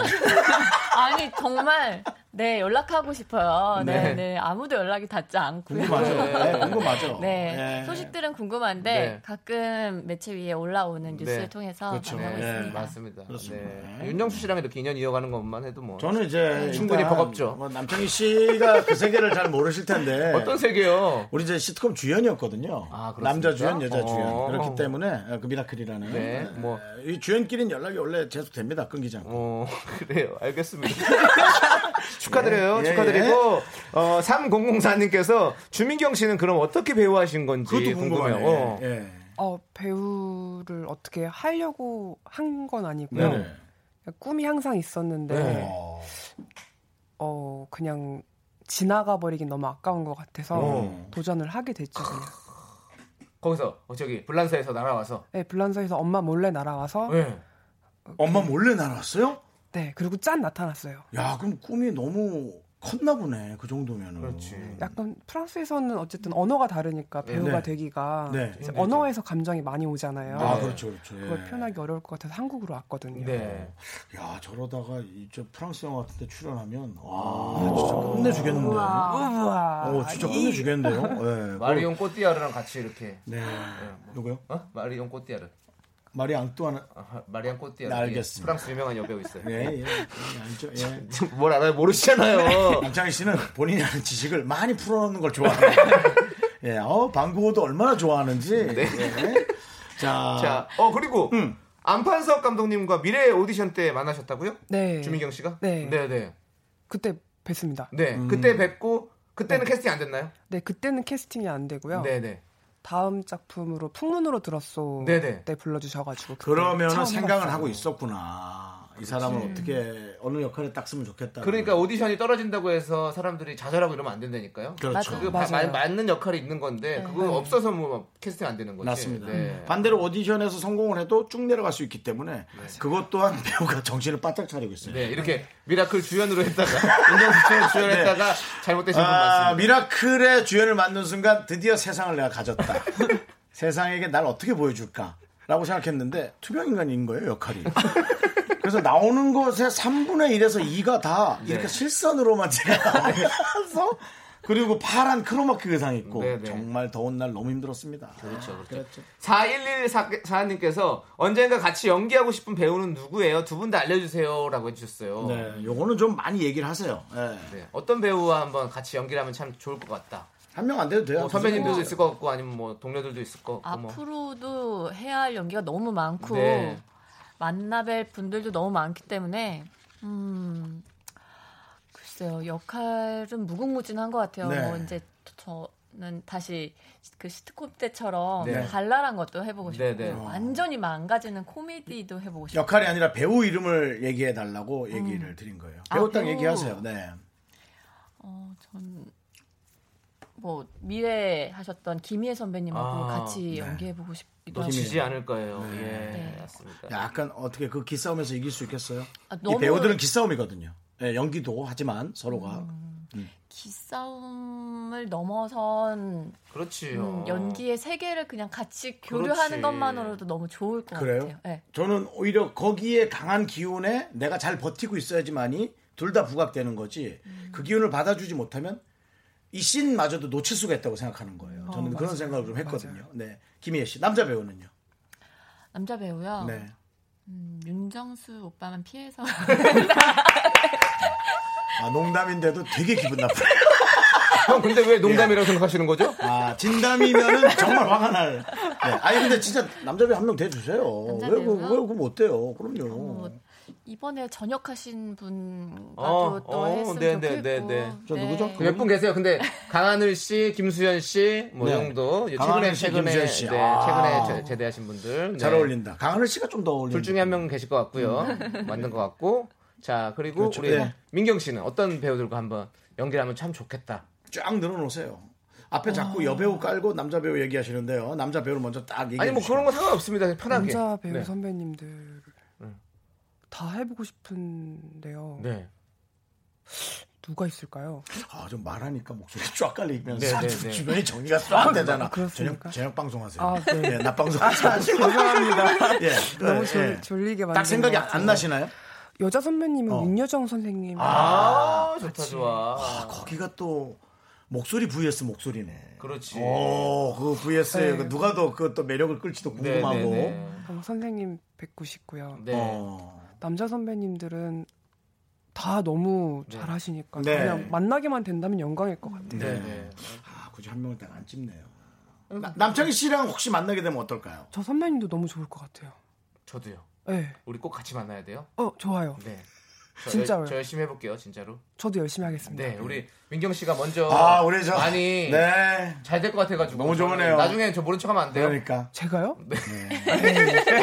아니 정말 네 연락하고 싶어요. 네, 네. 네, 아무도 연락이 닿지 않고요. 궁금하죠. 네. 네, 궁금하죠. 네. 예. 소식들은 궁금한데 네. 가끔 매체 위에 올라오는 뉴스를 네. 통해서 그렇죠. 만나고 네. 있습니다. 예, 맞습니다. 그렇습니다. 네. 윤정수 씨랑 이렇게 2년 이어가는 것만 해도 뭐. 저는 이제 충분히 일단 버겁죠. 뭐 남창희 씨가 그 세계를 잘 모르실 텐데 어떤 세계요? 우리 이제 시트콤 주연이었거든요. 아, 그렇습니까? 남자 주연, 여자 주연 어. 그렇기 때문에 그 미라클이라는 네, 어, 뭐. 이 주연끼리는 연락이 원래 계속 됩니다. 끊기지 않고. 어, 그래요. 알겠습니다. 축하드려요. 예, 예, 축하드리고, 어, 3004님께서 주민경 씨는 그럼 어떻게 배우하신 건지 그것도 궁금해요. 궁금해요. 어. 예. 어, 배우를 어떻게 하려고 한 건 아니고요. 네네. 꿈이 항상 있었는데 네. 어. 어 그냥 지나가 버리긴 너무 아까운 것 같아서 어. 도전을 하게 됐죠. 그냥. 거기서, 어, 저기, 불란사에서 날아와서. 네, 불란서에서 엄마 몰래 날아와서 네, 예. 엄마 몰래 날아왔어요? 그리고 짠 나타났어요. 야 그럼 꿈이 너무 컸나 보네. 그 정도면은. 그렇지. 약간 프랑스에서는 어쨌든 언어가 다르니까 배우가 네. 되기가 네. 이제 언어에서 감정이 많이 오잖아요. 아 네. 그렇죠 그렇죠. 예. 그걸 표현하기 어려울 것 같아서 한국으로 왔거든요. 네. 야 저러다가 이저 프랑스 영화 같은 데 출연하면 아. 와 진짜 끝내주겠는데. 요 우와. 우와. 어 진짜 끝내주겠는데요. 예. 마리온 꼬띠아르랑 같이 이렇게. 네. 누구요? 어? 마리온 꼬띠아르. 마리 앙뚜아나. 아, 마리안 꼬띠아르. 네, 예, 알겠습니다. 프랑스 유명한 여배우 있어요. 네. 예, 예. 예, 알죠. 예. 뭘 알아요? 모르시잖아요. 남창희 씨는 본인이 아는 지식을 많이 풀어놓는 걸 좋아해요. 예, 어, 방구호도 얼마나 좋아하는지. 예. 자, 네. 자, 어 그리고 안판석 감독님과 미래 오디션 때 만나셨다고요? 네. 주민경 씨가? 네. 네, 네. 그때 뵀습니다. 네, 그때 뵙고 그때는 캐스팅 안 됐나요? 네, 어. 그때는 캐스팅이 안 되고요. 네, 네. 다음 작품으로 풍문으로 들었어 네네. 때 불러주셔가지고 그때 그러면은 처음 생각을 봤어요. 하고 있었구나. 이 사람은 어떻게, 어느 역할에 딱 쓰면 좋겠다. 그러니까 오디션이 떨어진다고 해서 사람들이 좌절하고 이러면 안 된다니까요. 그렇죠. 그거 다 맞아요. 마- 맞는 역할이 있는 건데 그거 없어서 뭐 캐스팅 안 되는 거지. 맞습니다. 음. 네. 반대로 오디션에서 성공을 해도 쭉 내려갈 수 있기 때문에 그것 또한 배우가 정신을 바짝 차리고 있어요. 네, 이렇게 미라클 주연으로 했다가 인정수처럼 주연했다가 잘못되신 분 아, 많습니다. 미라클의 주연을 맡는 순간 드디어 세상을 내가 가졌다. 세상에게 날 어떻게 보여줄까? 라고 생각했는데 투명인간인 거예요, 역할이. 그래서 나오는 것의 3분의 1에서 2가 다 네. 이렇게 실선으로만 제가 나와서 그리고 파란 크로마키 의상 입고 네, 네. 정말 더운 날 너무 힘들었습니다. 그렇죠, 그렇죠. 그렇죠. 4114님께서 언젠가 같이 연기하고 싶은 배우는 누구예요? 두 분 다 알려주세요. 라고 해주셨어요. 네, 요거는 좀 많이 얘기를 하세요. 네. 네, 어떤 배우와 한번 같이 연기를 하면 참 좋을 것 같다. 한명 안 돼도 돼요. 뭐 선배님들도 있을 것 같고 아니면 뭐 동료들도 있을 것 아, 같고 뭐. 앞으로도 해야 할 연기가 너무 많고 네. 만나뵐 분들도 너무 많기 때문에 음 글쎄요 역할은 무궁무진한 것 같아요. 네. 뭐 이제 저는 다시 그 시트콤 때처럼 네. 발랄한 것도 해보고 싶고 네, 네. 완전히 망가지는 코미디도 해보고 싶고 역할이 아니라 배우 이름을 얘기해 달라고 얘기를 드린 거예요. 음. 아, 배우 딱 배우. 얘기하세요. 네. 어, 전뭐 뭐 미래 하셨던 김희애 선배님하고 아, 같이 연기해보고 싶기도 하고 뭐 놓치지 않을 거예요. 예, 네. 맞습니다. 약간 어떻게 그 기싸움에서 이길 수 있겠어요? 아, 이 너무- 배우들은 기싸움이거든요. 예, 연기도 하지만 서로가 음. 기싸움을 넘어선 그렇지요. 음, 연기의 세계를 그냥 같이 그렇지. 교류하는 것만으로도 너무 좋을 것 그래요? 같아요. 네. 저는 오히려 거기에 강한 기운에 내가 잘 버티고 있어야지만이 둘 다 부각되는 거지. 음. 그 기운을 받아주지 못하면 이 씬마저도 놓칠 수가 있다고 생각하는 거예요. 어, 저는 그런 생각을 좀 했거든요. 네, 김희애 씨 남자 배우는요. 남자 배우요. 네, 음, 윤정수 오빠만 피해서 아 농담인데도 되게 기분 나쁘네요. 형 근데 왜 농담이라고 생각하시는 거죠? 아 진담이면은 정말 화가 날. 네. 아니 근데 진짜 남자 배우 한 명 돼주세요. 남자 왜 배우요? 그거 못 돼요? 그럼요. 뭐, 이번에 전역하신 분과도 어, 또 어, 했으면 네, 네, 좋겠고. 네, 네. 저 누구죠? 그 몇 분 계세요? 근데 강하늘 씨, 김수현 씨, 뭐 네. 정도 최근에 강하늘 씨, 최근에 김수현 씨. 네, 아. 최근에 제- 제대하신 분들 네. 잘 어울린다. 강하늘 씨가 좀 더 어울린다. 둘 중에 한 명 계실 것 같고요. 맞는 것 같고. 자, 음. 그리고 그렇죠. 우리 네. 민경 씨는 어떤 배우들과 한번 연기를 하면 참 좋겠다. 쫙 늘어놓으세요. 아. 앞에 자꾸 여배우 깔고 남자 배우 얘기하시는데요. 남자 배우를 먼저 딱 얘기해 아니 뭐 주시고. 네. 네. 그런 거 상관없습니다. 그냥 편하게. 남자 배우 네. 선배님들 다 다 해보고 싶은데요. 네. 누가 있을까요? 아, 좀 말하니까 목소리 쫙 깔리면서 네, 네, 네. 주변이 정리가 쫙 되잖아. 그렇습니까? 저녁, 저녁 방송하세요. 아, 네. 예, 낮 방송하세요. 죄송합니다. 예. 너무 예. 졸, 졸리게 만드는 딱 생각이 것 같아요. 안 나시나요? 여자 선배님은 어. 윤여정 선생님. 아, 좋다, 좋아. 아, 거기가 또 목소리 vs 목소리네. 그렇지. 오, 그 vs에 네. 그 누가 더 그 또 매력을 끌지도 네, 궁금하고. 네, 너무 어, 선생님 뵙고 싶고요. 네. 네. 어. 남자 선배님들은 다 너무 네. 잘하시니까 네. 그냥 만나기만 된다면 영광일 것 같아요. 네. 네. 네. 아, 굳이 한 명을 딱 안 찝네요. 나- 남창희 씨랑 혹시 만나게 되면 어떨까요? 저 선배님도 너무 좋을 것 같아요. 저도요. 네. 우리 꼭 같이 만나야 돼요. 어, 좋아요. 네. 저, 진짜로요? 저 열심히 해볼게요, 진짜로. 저도 열심히 하겠습니다. 네, 우리 민경 씨가 먼저 아, 우리 저 많이 네. 잘 될 것 같아가지고 너무 좋으네요. 나중에 저 모른 척하면 안 돼요. 그러니까 제가요?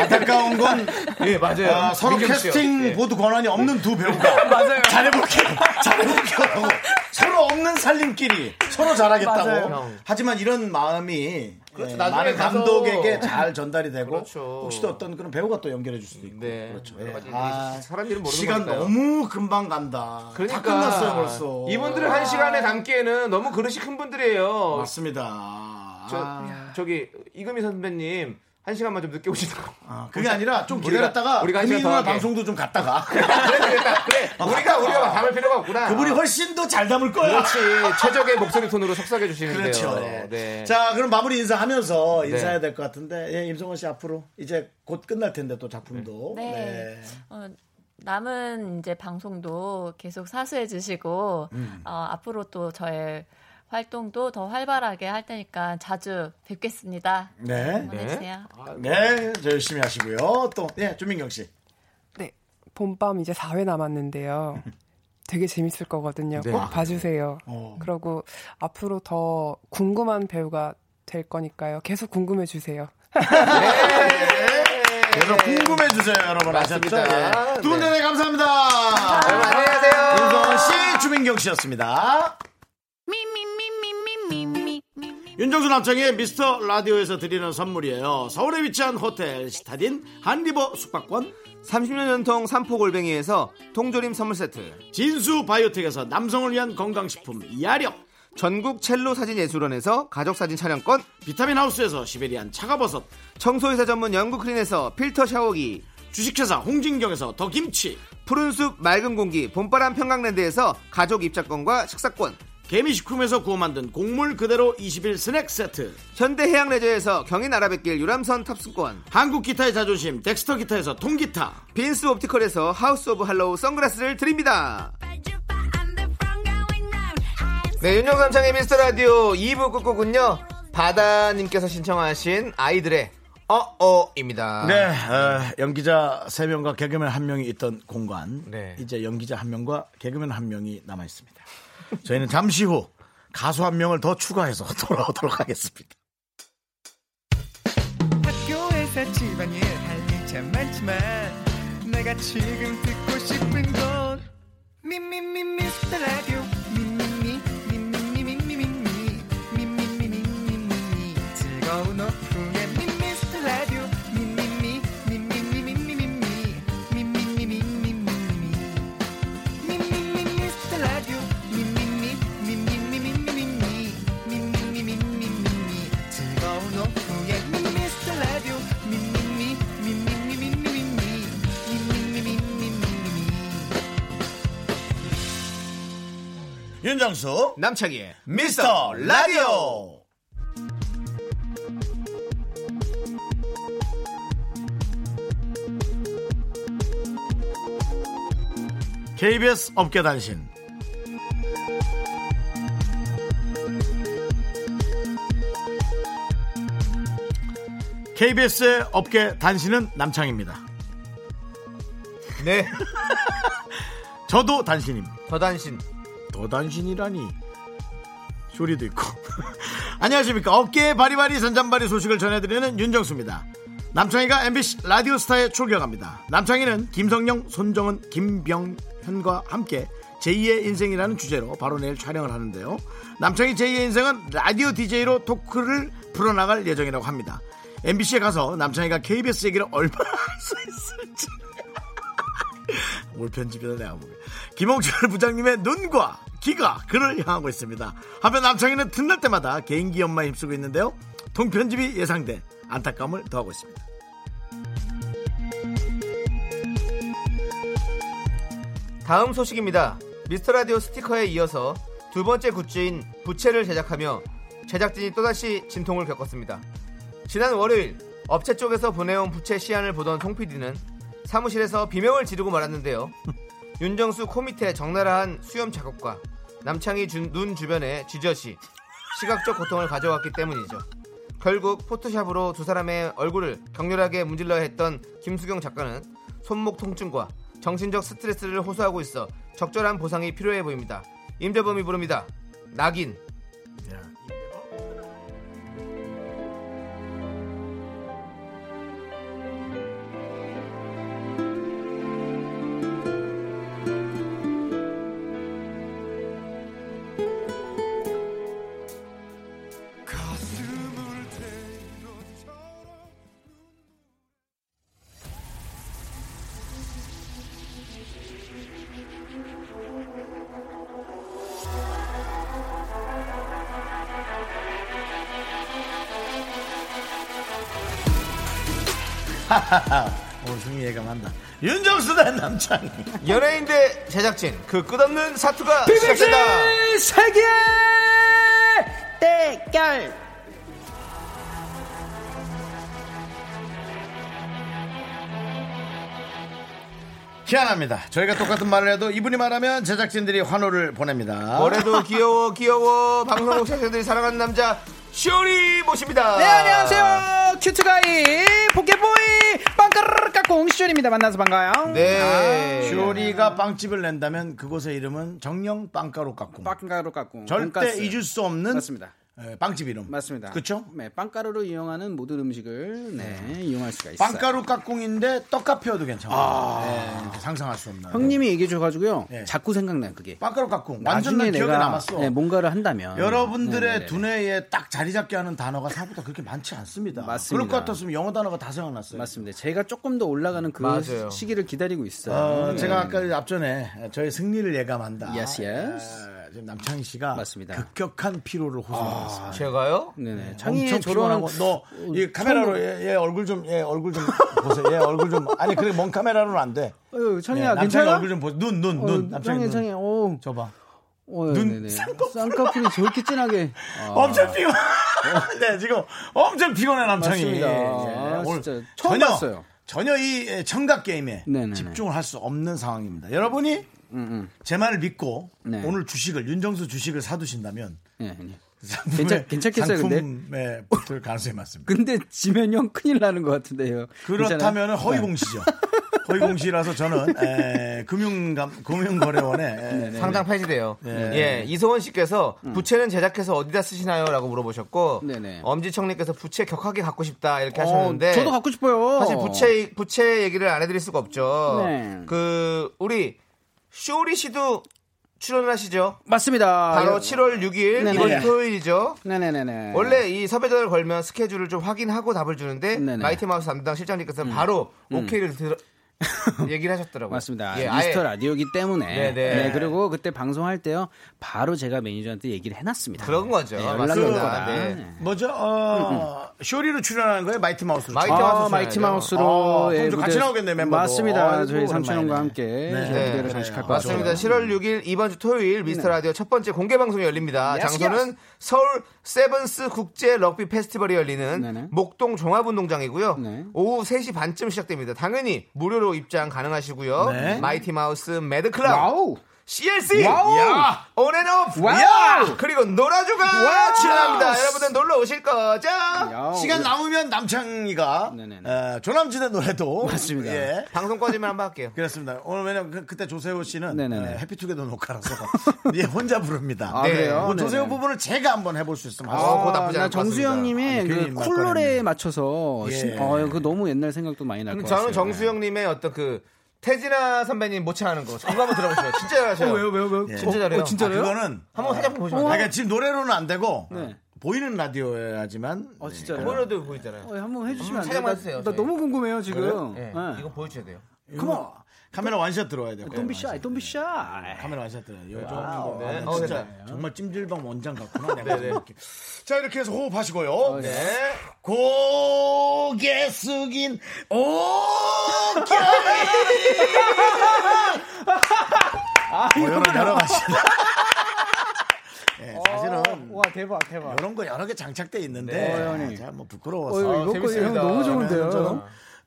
안타까운 건 예, 맞아요. 아, 서로 민경 씨요. 캐스팅 예. 보드 권한이 없는 두 배우가 잘해볼게 잘해볼게요 라고 서로 없는 살림끼리 서로 잘하겠다고 맞아요. 하지만 이런 마음이 그렇죠, 예, 나중에 많은 가서. 감독에게 잘 전달이 되고 그렇죠. 혹시 또 어떤 그런 배우가 또 연결해 줄 수도 있고 네. 그렇죠 여러 예. 가지 아, 일이 사람 일은 모르는 시간 거니까요. 너무 금방 간다 다 그러니까 끝났어요 벌써 이분들을 한 시간에 담기에는 너무 그릇이 큰 분들이에요. 맞습니다 저, 아, 저기 이금희 선배님 한 시간만 좀 늦게 오시라고. 아, 그게 아니라 좀 우리가- 기다렸다가 우리가 한 금이 시간 더 누나 하게. 방송도 좀 갔다가 어, 그래, 그래, 그래. 아, 우리가 우리가 막 담을 필요가 없구나. 그분이 훨씬 더 잘 담을 거야 그렇지 최적의 목소리 톤으로 속삭여 주시면 그렇죠. 돼요. 그렇죠. 네. 자, 그럼 마무리 인사하면서 네. 인사해야 될 것 같은데, 예, 임성원 씨 앞으로 이제 곧 끝날 텐데 또 작품도. 네. 어, 남은 이제 방송도 계속 사수해 주시고 음. 어, 앞으로 또 저의 활동도 더 활발하게 할 테니까 자주 뵙겠습니다. 네. 네. 보내주세요. 네, 저 열심히 하시고요. 또, 예, 조민경 씨. 네. 봄밤 이제 4회 남았는데요. 되게 재밌을 거거든요. 네. 꼭 봐주세요. 어. 그러고 앞으로 더 궁금한 배우가 될 거니까요. 계속 궁금해 주세요. 여러분 궁금해 주세요, 여러분. 네. 맞습니다. 아셨죠? 예. 두 분들 네. 네, 감사합니다. 여러분 안녕히 가세요. 임성원 씨, 조민경 씨였습니다. 윤정수 남창의 미스터 라디오에서 드리는 선물이에요. 서울에 위치한 호텔 시타딘 한리버 숙박권, 30년 전통 삼포골뱅이에서 통조림 선물 세트. 진수 바이오텍에서 남성을 위한 건강식품 이하력, 전국 첼로 사진 예술원에서 가족 사진 촬영권. 비타민 하우스에서 시베리안 차가버섯 청소이사 전문 영국 크린에서 필터 샤워기. 주식회사 홍진경에서 더김치 푸른 숲 맑은 공기 봄바람 평강랜드에서 가족 입장권과 식사권. 개미식품에서 구워 만든 곡물 그대로 21 스낵 세트 현대해양레저에서 경인아라뱃길 유람선 탑승권 한국 기타의 자존심 덱스터 기타에서 통기타 빈스 옵티컬에서 하우스 오브 할로우 선글라스를 드립니다 네 윤정삼창의 미스터라디오 2부 끝곡은요 바다님께서 신청하신 아이들의 어어입니다 네 어, 연기자 3명과 개그맨 1명이 있던 공간 네. 이제 연기자 1명과 개그맨 1명이 남아있습니다 저희는 잠시 후 가수 1명을 더 추가해서 돌아오도록 하겠습니다 학교에서 집안일 할 일 참 많지만 내가 지금 듣고 싶은 건 미미미 미스터 라디오 미미미 미미미 미미미 미미미 미미미 즐거운 오후에 미스터 라디오 미미미 미미미 미미미 미미미 미미미 윤정수 남창희의 미스터 라디오 KBS 업계단신 KBS의 업계 단신은 남창입니다. 네 저도 단신입니다. 더단신 더 단신이라니 소리도 있고 안녕하십니까 어깨에 바리바리 잔잔바리 소식을 전해드리는 윤정수입니다 남창희가 MBC 라디오스타에 출격합니다 남창희는 김성령, 손정은, 김병현과 함께 제2의 인생이라는 주제로 바로 내일 촬영을 하는데요 남창희 제2의 인생은 라디오 DJ로 토크를 풀어나갈 예정이라고 합니다 MBC에 가서 남창희가 KBS 얘기를 얼마나 할 수 있을지 올 편집이다 내가 보기. 김홍철 부장님의 눈과 귀가 그를 향하고 있습니다. 한편 남창희는 틈날 때마다 개인기 연마에 힘쓰고 있는데요. 통편집이 예상돼 안타까움을 더하고 있습니다. 다음 소식입니다. 미스터 라디오 스티커에 이어서 두 번째 굿즈인 부채를 제작하며 제작진이 또다시 진통을 겪었습니다. 지난 월요일 업체 쪽에서 보내온 부채 시안을 보던 송 PD는 사무실에서 비명을 지르고 말았는데요. 윤정수 코 밑에 적나라한 수염 작업과 남창희 주- 눈 주변에 쥐젖이 시각적 고통을 가져왔기 때문이죠. 결국 포토샵으로 두 사람의 얼굴을 격렬하게 문질러야 했던 김수경 작가는 손목 통증과 정신적 스트레스를 호소하고 있어 적절한 보상이 필요해 보입니다. 임대범이 부릅니다. 낙인. 오늘 승리 예감한다. 윤정수 대 남창희. 연예인 대 제작진 그 끝없는 사투가 시작된다. 세계 대결. 희한합니다. 저희가 똑같은 말을 해도 이분이 말하면 제작진들이 환호를 보냅니다. 뭐래도 귀여워 귀여워 방송국 제작들이 사랑하는 남자 시오리 모십니다. 네, 안녕하세요. 큐트가이, 포켓보이, 빵까르르 깎고 홍시준입니다. 만나서 반가워요. 네. 쇼리가 빵집을 낸다면 그곳의 이름은 정령 빵가루 깎고 빵가루 깎고. 절대 돈가스. 잊을 수 없는 맞습니다. 에, 빵집 이름 맞습니다. 그렇죠? 네, 빵가루로 이용하는 모든 음식을 네, 이용할 수가 있어요. 빵가루 깍꿍인데 떡카페여도 괜찮아. 요 상상할 수 없는. 형님이 얘기해 줘가지고요. 네. 자꾸 생각나요, 그게. 빵가루 깍꿍 완전 난 기억에 남았어. 네, 뭔가를 한다면 여러분들의 네네네. 두뇌에 딱 자리 잡게 하는 단어가 생각보다 그렇게 많지 않습니다. 맞습니다. 그럴 것 같았으면 영어 단어가 다 생각났어요. 맞습니다. 제가 조금 더 올라가는 그 맞아요. 시기를 기다리고 있어요. 어, 네. 제가 아까 앞전에 저의 승리를 예감한다. Yes, yes. 에, 지금 남창희 씨가 맞습니다. 급격한 피로를 아. 호소했어요. 제가요? 네네. 창의의 엄청 저런 어, 피곤하고 너이 카메라로 얘, 얘 얼굴 좀얘 얼굴 좀 보세요. 얘 얼굴 좀 아니 그래 먼 카메라로는 안 돼. 어휴, 네, 창이야 남창희 괜찮아? 어, 얼굴 좀 보세요. 눈눈 눈. 남창희 창이 창이 눈. 오. 줘봐. 어, 눈 네네. 쌍꺼풀이 저렇게 진하게. 아, 엄청 피곤. 네, 지금 엄청 피곤해 남창이. 예, 맞습니다. 아, 오늘 진짜 처음 전혀, 봤어요. 전혀 이 예, 청각 게임에 네네네. 음, 집중을 할 수 없는 상황입니다. 여러분이 제 말을 믿고 네. 오늘 주식을 윤정수 주식을 사두신다면 예, 예. 상품에, 괜찮- 괜찮겠어요, 근데? 상품에 붙을 가능성이 많습니다. 근데 지면형 큰일 나는 것 같은데요. 그렇다면 괜찮아요? 네. 허위 공시죠. 허위 공시라서 저는 에, 금융감 금융거래원에 예. 에, 네. 상당 폐지돼요. 예, 이소원 씨께서 부채는 제작해서 어디다 쓰시나요?라고 물어보셨고 음. 네네. 엄지청님께서 부채 격하게 갖고 싶다 이렇게 어, 하셨는데 저도 갖고 싶어요. 사실 부채 부채 얘기를 안 해드릴 수가 없죠. 네. 그 우리 쇼리 씨도 출연을 하시죠. 맞습니다. 바로 예. 7월 6일 네네. 이번 토요일이죠. 네네네네. 원래 이 섭외전을 걸면 스케줄을 좀 확인하고 답을 주는데 네네. 음. 마이티 마우스 담당 실장님께서 바로 오케이를 들어 얘기를 하셨더라고요. 맞습니다. 예, 미스터 아예 라디오기 때문에. 네네. 네, 그리고 그때 방송할 때요. 바로 제가 매니저한테 얘기를 해놨습니다. 그런 거죠. 네, 연락이 올 맞습니다. 거다. 네. 네. 뭐죠? 어, 음, 쇼리로 출연하는 거예요, 마이티 마우스로. 마이티 아, 아, 마우스 마이티 써야죠. 마우스로 아, 예, 그럼 좀 같이 무대- 나오겠네, 멤버도. 맞습니다. 아이고, 저희 삼촌과 오랜만이네. 함께 네. 저희 무대를 네. 장식할 것 맞습니다. 같아요. 7월 6일 이번 주 토요일 미스터 라디오 첫 번째 공개 방송이 열립니다. Yes, 장소는 yes. 서울 세븐스 국제 럭비 페스티벌이 열리는 네네. 목동 종합운동장이고요. 네. 오후 3시 반쯤 시작됩니다. 당연히 무료로 입장 가능하시고요. 네. 마이티 마우스 매드 클라우 와우. CLC 와우! 야! 온앤오프 와우! 야! 그리고 놀아주가 와우! 출연합니다. 여러분들 놀러 오실 거죠? 야우. 시간 남으면 남창희가 아, 네네네. 어, 조남지대 노래도 맞습니다. 예. 방송 꺼지면 한번 할게요. 그렇습니다. 오늘 왜냐면 그, 그때 조세호 씨는 네네네. 어, 해피투게더 녹화라서 예, 혼자 부릅니다. 아, 네. 그래요? 그 조세호 네네. 아, 부분을 제가 한번 해볼 수 있으면 어, 하죠. 그거 나쁘지 나 않을 것 같습니다. 정수영님의 아니, 괜히 그 막 쿨러에 꺼냈네. 맞춰서 예. 신- 어, 그 너무 옛날 생각도 많이 날 것 그럼 같아요. 저는 정수영님의 어떤 그 태진아 선배님 모창하는 거 그거 한번 들어보세요. 진짜 잘하세요. 예. 왜요, 왜요, 왜요? 네. 어, 어, 진짜 잘해요. 아, 어, 진짜요? 그거는 한번 살짝 보시면 아, 그러니까 지금 노래로는 안 되고 네. 보이는 라디오에 하지만 어, 네. 진짜요? 보이너도 보이잖아요. 어, 한번 해주시면 안 돼요? 촬영만 나, 해주세요, 나 예. 저희. 너무 궁금해요 지금. 예, 이거 보여줘야 돼요. 그만. 카메라 완샷 들어와야 예, 돼요. 네, Don't be shy. Don't be shy. 카메라 완샷 들어요. 요정 아, 네. 네. 어, 진짜 정말 찜질방 원장 같구나. 네, 내가 이렇게. 자 이렇게 해서 어, 호흡하시고요. 네. 고개 숙인 옥경이 아, 이런 어, 여러 가지다. 예, 사실은 뭐. 어, 와 대박 대박. 이런 거 여러 개 장착돼 있는데 어, 형님. 제가 뭐 어, 부끄러워서 이거 거형 재밌습니다. 네, 너무 좋은데요. 저는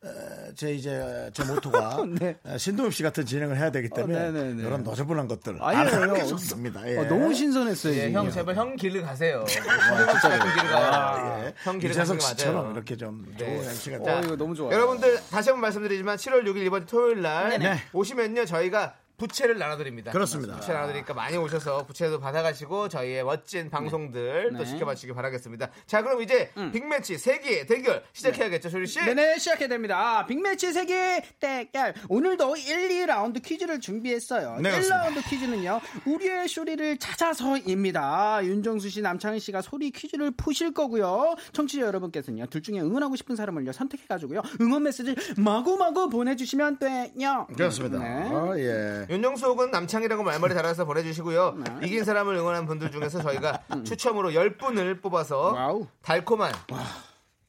어, 제 이제 제 모토가 어. 네. 어, 신동엽 씨 같은 진행을 해야 되기 때문에 어, 네네네. 이런 너저분한 것들 아니에요. 안 하는 게 좋습니다. 예. 어, 너무 신선했어요. 예, 지금. 형 제발 형 길을 가세요. 같은 길을 가요. 예. 형 길을 가는 이재석 게 씨처럼 맞아요. 이렇게 좀 좋은 네. MC가 어, 이거 너무 좋아요. 여러분들 다시 한번 말씀드리지만 7월 6일 이번 토요일 날 오시면요 저희가 부채를 나눠드립니다. 그렇습니다. 부채 나눠드리니까 많이 오셔서 부채도 받아가시고 저희의 멋진 방송들 또 지켜봐주시기 바라겠습니다. 자 그럼 이제 빅매치 세계 대결 시작해야겠죠 소리 씨. 네네 시작해야 됩니다. 아, 빅매치 세계 대결 오늘도 1, 2라운드 퀴즈를 준비했어요. 네, 1라운드 퀴즈는요. 우리의 쇼리를 찾아서입니다. 윤정수 씨, 남창희 씨가 소리 퀴즈를 푸실 거고요. 청취자 여러분께서는요. 둘 중에 응원하고 싶은 사람을요. 선택해가지고요. 응원 메시지를 마구마구 보내주시면 돼요. 그렇습니다. 네. 어, 예. 윤영수 혹은 남창이라고 말머리 달아서 보내주시고요. 네. 이긴 사람을 응원한 분들 중에서 저희가 음. 추첨으로 10분을 뽑아서 와우. 달콤한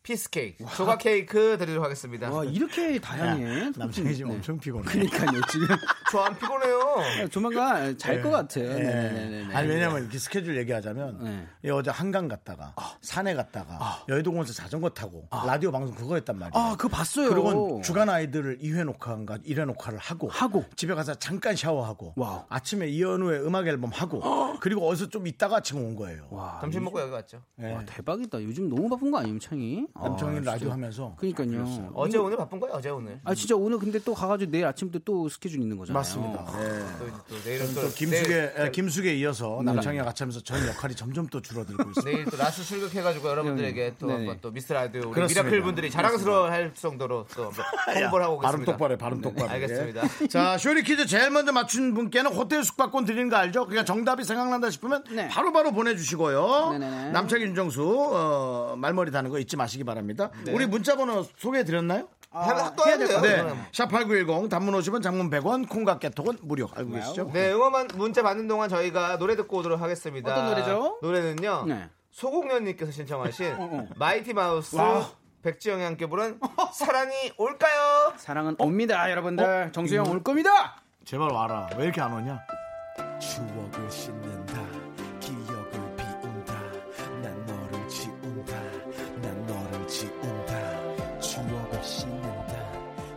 피스 케이크, 조각 케이크 드리도록 하겠습니다. 와 아, 이렇게 야, 다양해. 네. 남창이 지금 엄청 피곤해. 그러니까요 지금 저 안 피곤해요. 조만간 잘 것 같아. 예. 네. 네네네네. 네. 아니 왜냐면 이렇게 스케줄 얘기하자면 예, 어제 한강 갔다가 아. 산에 갔다가 여의도공원에서 자전거 타고 라디오 방송 그거 했단 말이에요. 아 그거 봤어요. 그리고 주간 아이들을 2회 녹화인가 1회 녹화를 하고, 하고. 집에 가서 잠깐 샤워하고 와우. 아. 아침에 이현우의 음악 앨범 하고 그리고 어디서 좀 있다가 지금 온 거예요. 점심 먹고 여기 왔죠. 예. 와, 대박이다. 요즘 너무 바쁜 거 아니에요, 창이? 남창이 라디오 하면서 그러니까요. 어제 오늘 바쁜 거예요. 어제 오늘. 아 진짜 오늘 근데 또 가가지고 내일 아침부터 또 스케줄 있는 거잖아요. 맞습니다. 예. 또, 이제 또 내일은 또 또 김숙에 내일, 에, 김숙에 이어서 네. 남창이와 같이 하면서 전 역할이 점점 또 줄어들고 있어요. 내일 또 라스 출격해가지고 여러분들에게 또 네. 한번 또 미스 라디오 우리 그렇습니다. 미라클 분들이 자랑스러워할 정도로 또 한번 홍보를 하고 발음 계십니다. 네, 똑바로 해, 발음 똑바로 해. 알겠습니다. 자, 쇼리 퀴즈 제일 먼저 맞춘 분께는 호텔 숙박권 드리는 거 알죠? 그러니까 정답이 생각난다 싶으면 네. 바로바로 보내주시고요. 네네네. 남창 윤정수, 어, 말머리 다는 거 잊지 마시기 바랍니다. 네. 우리 문자번호 소개해드렸나요? 학도 아, 해야 돼요. 네. 그거는. 샵8910 단문 50원 장문 100원 콩과 깨톡은 무료. 알고 계시죠? 네, 응원만 문자 받는 동안 저희가 노래 듣고 오도록 하겠습니다. 어떤 노래죠? 노래는요. 네. 소공연님께서 신청하신 어. 마이티 마우스 와. 백지영이 함께 부른 사랑이 올까요? 사랑은 옵니다, 여러분들. 어? 정수영 올 겁니다. 제발 와라. 왜 이렇게 안 오냐? 추억을 씻는다 기억을 비운다 난 너를 지운다 난 너를 지운다 추억을 씻는다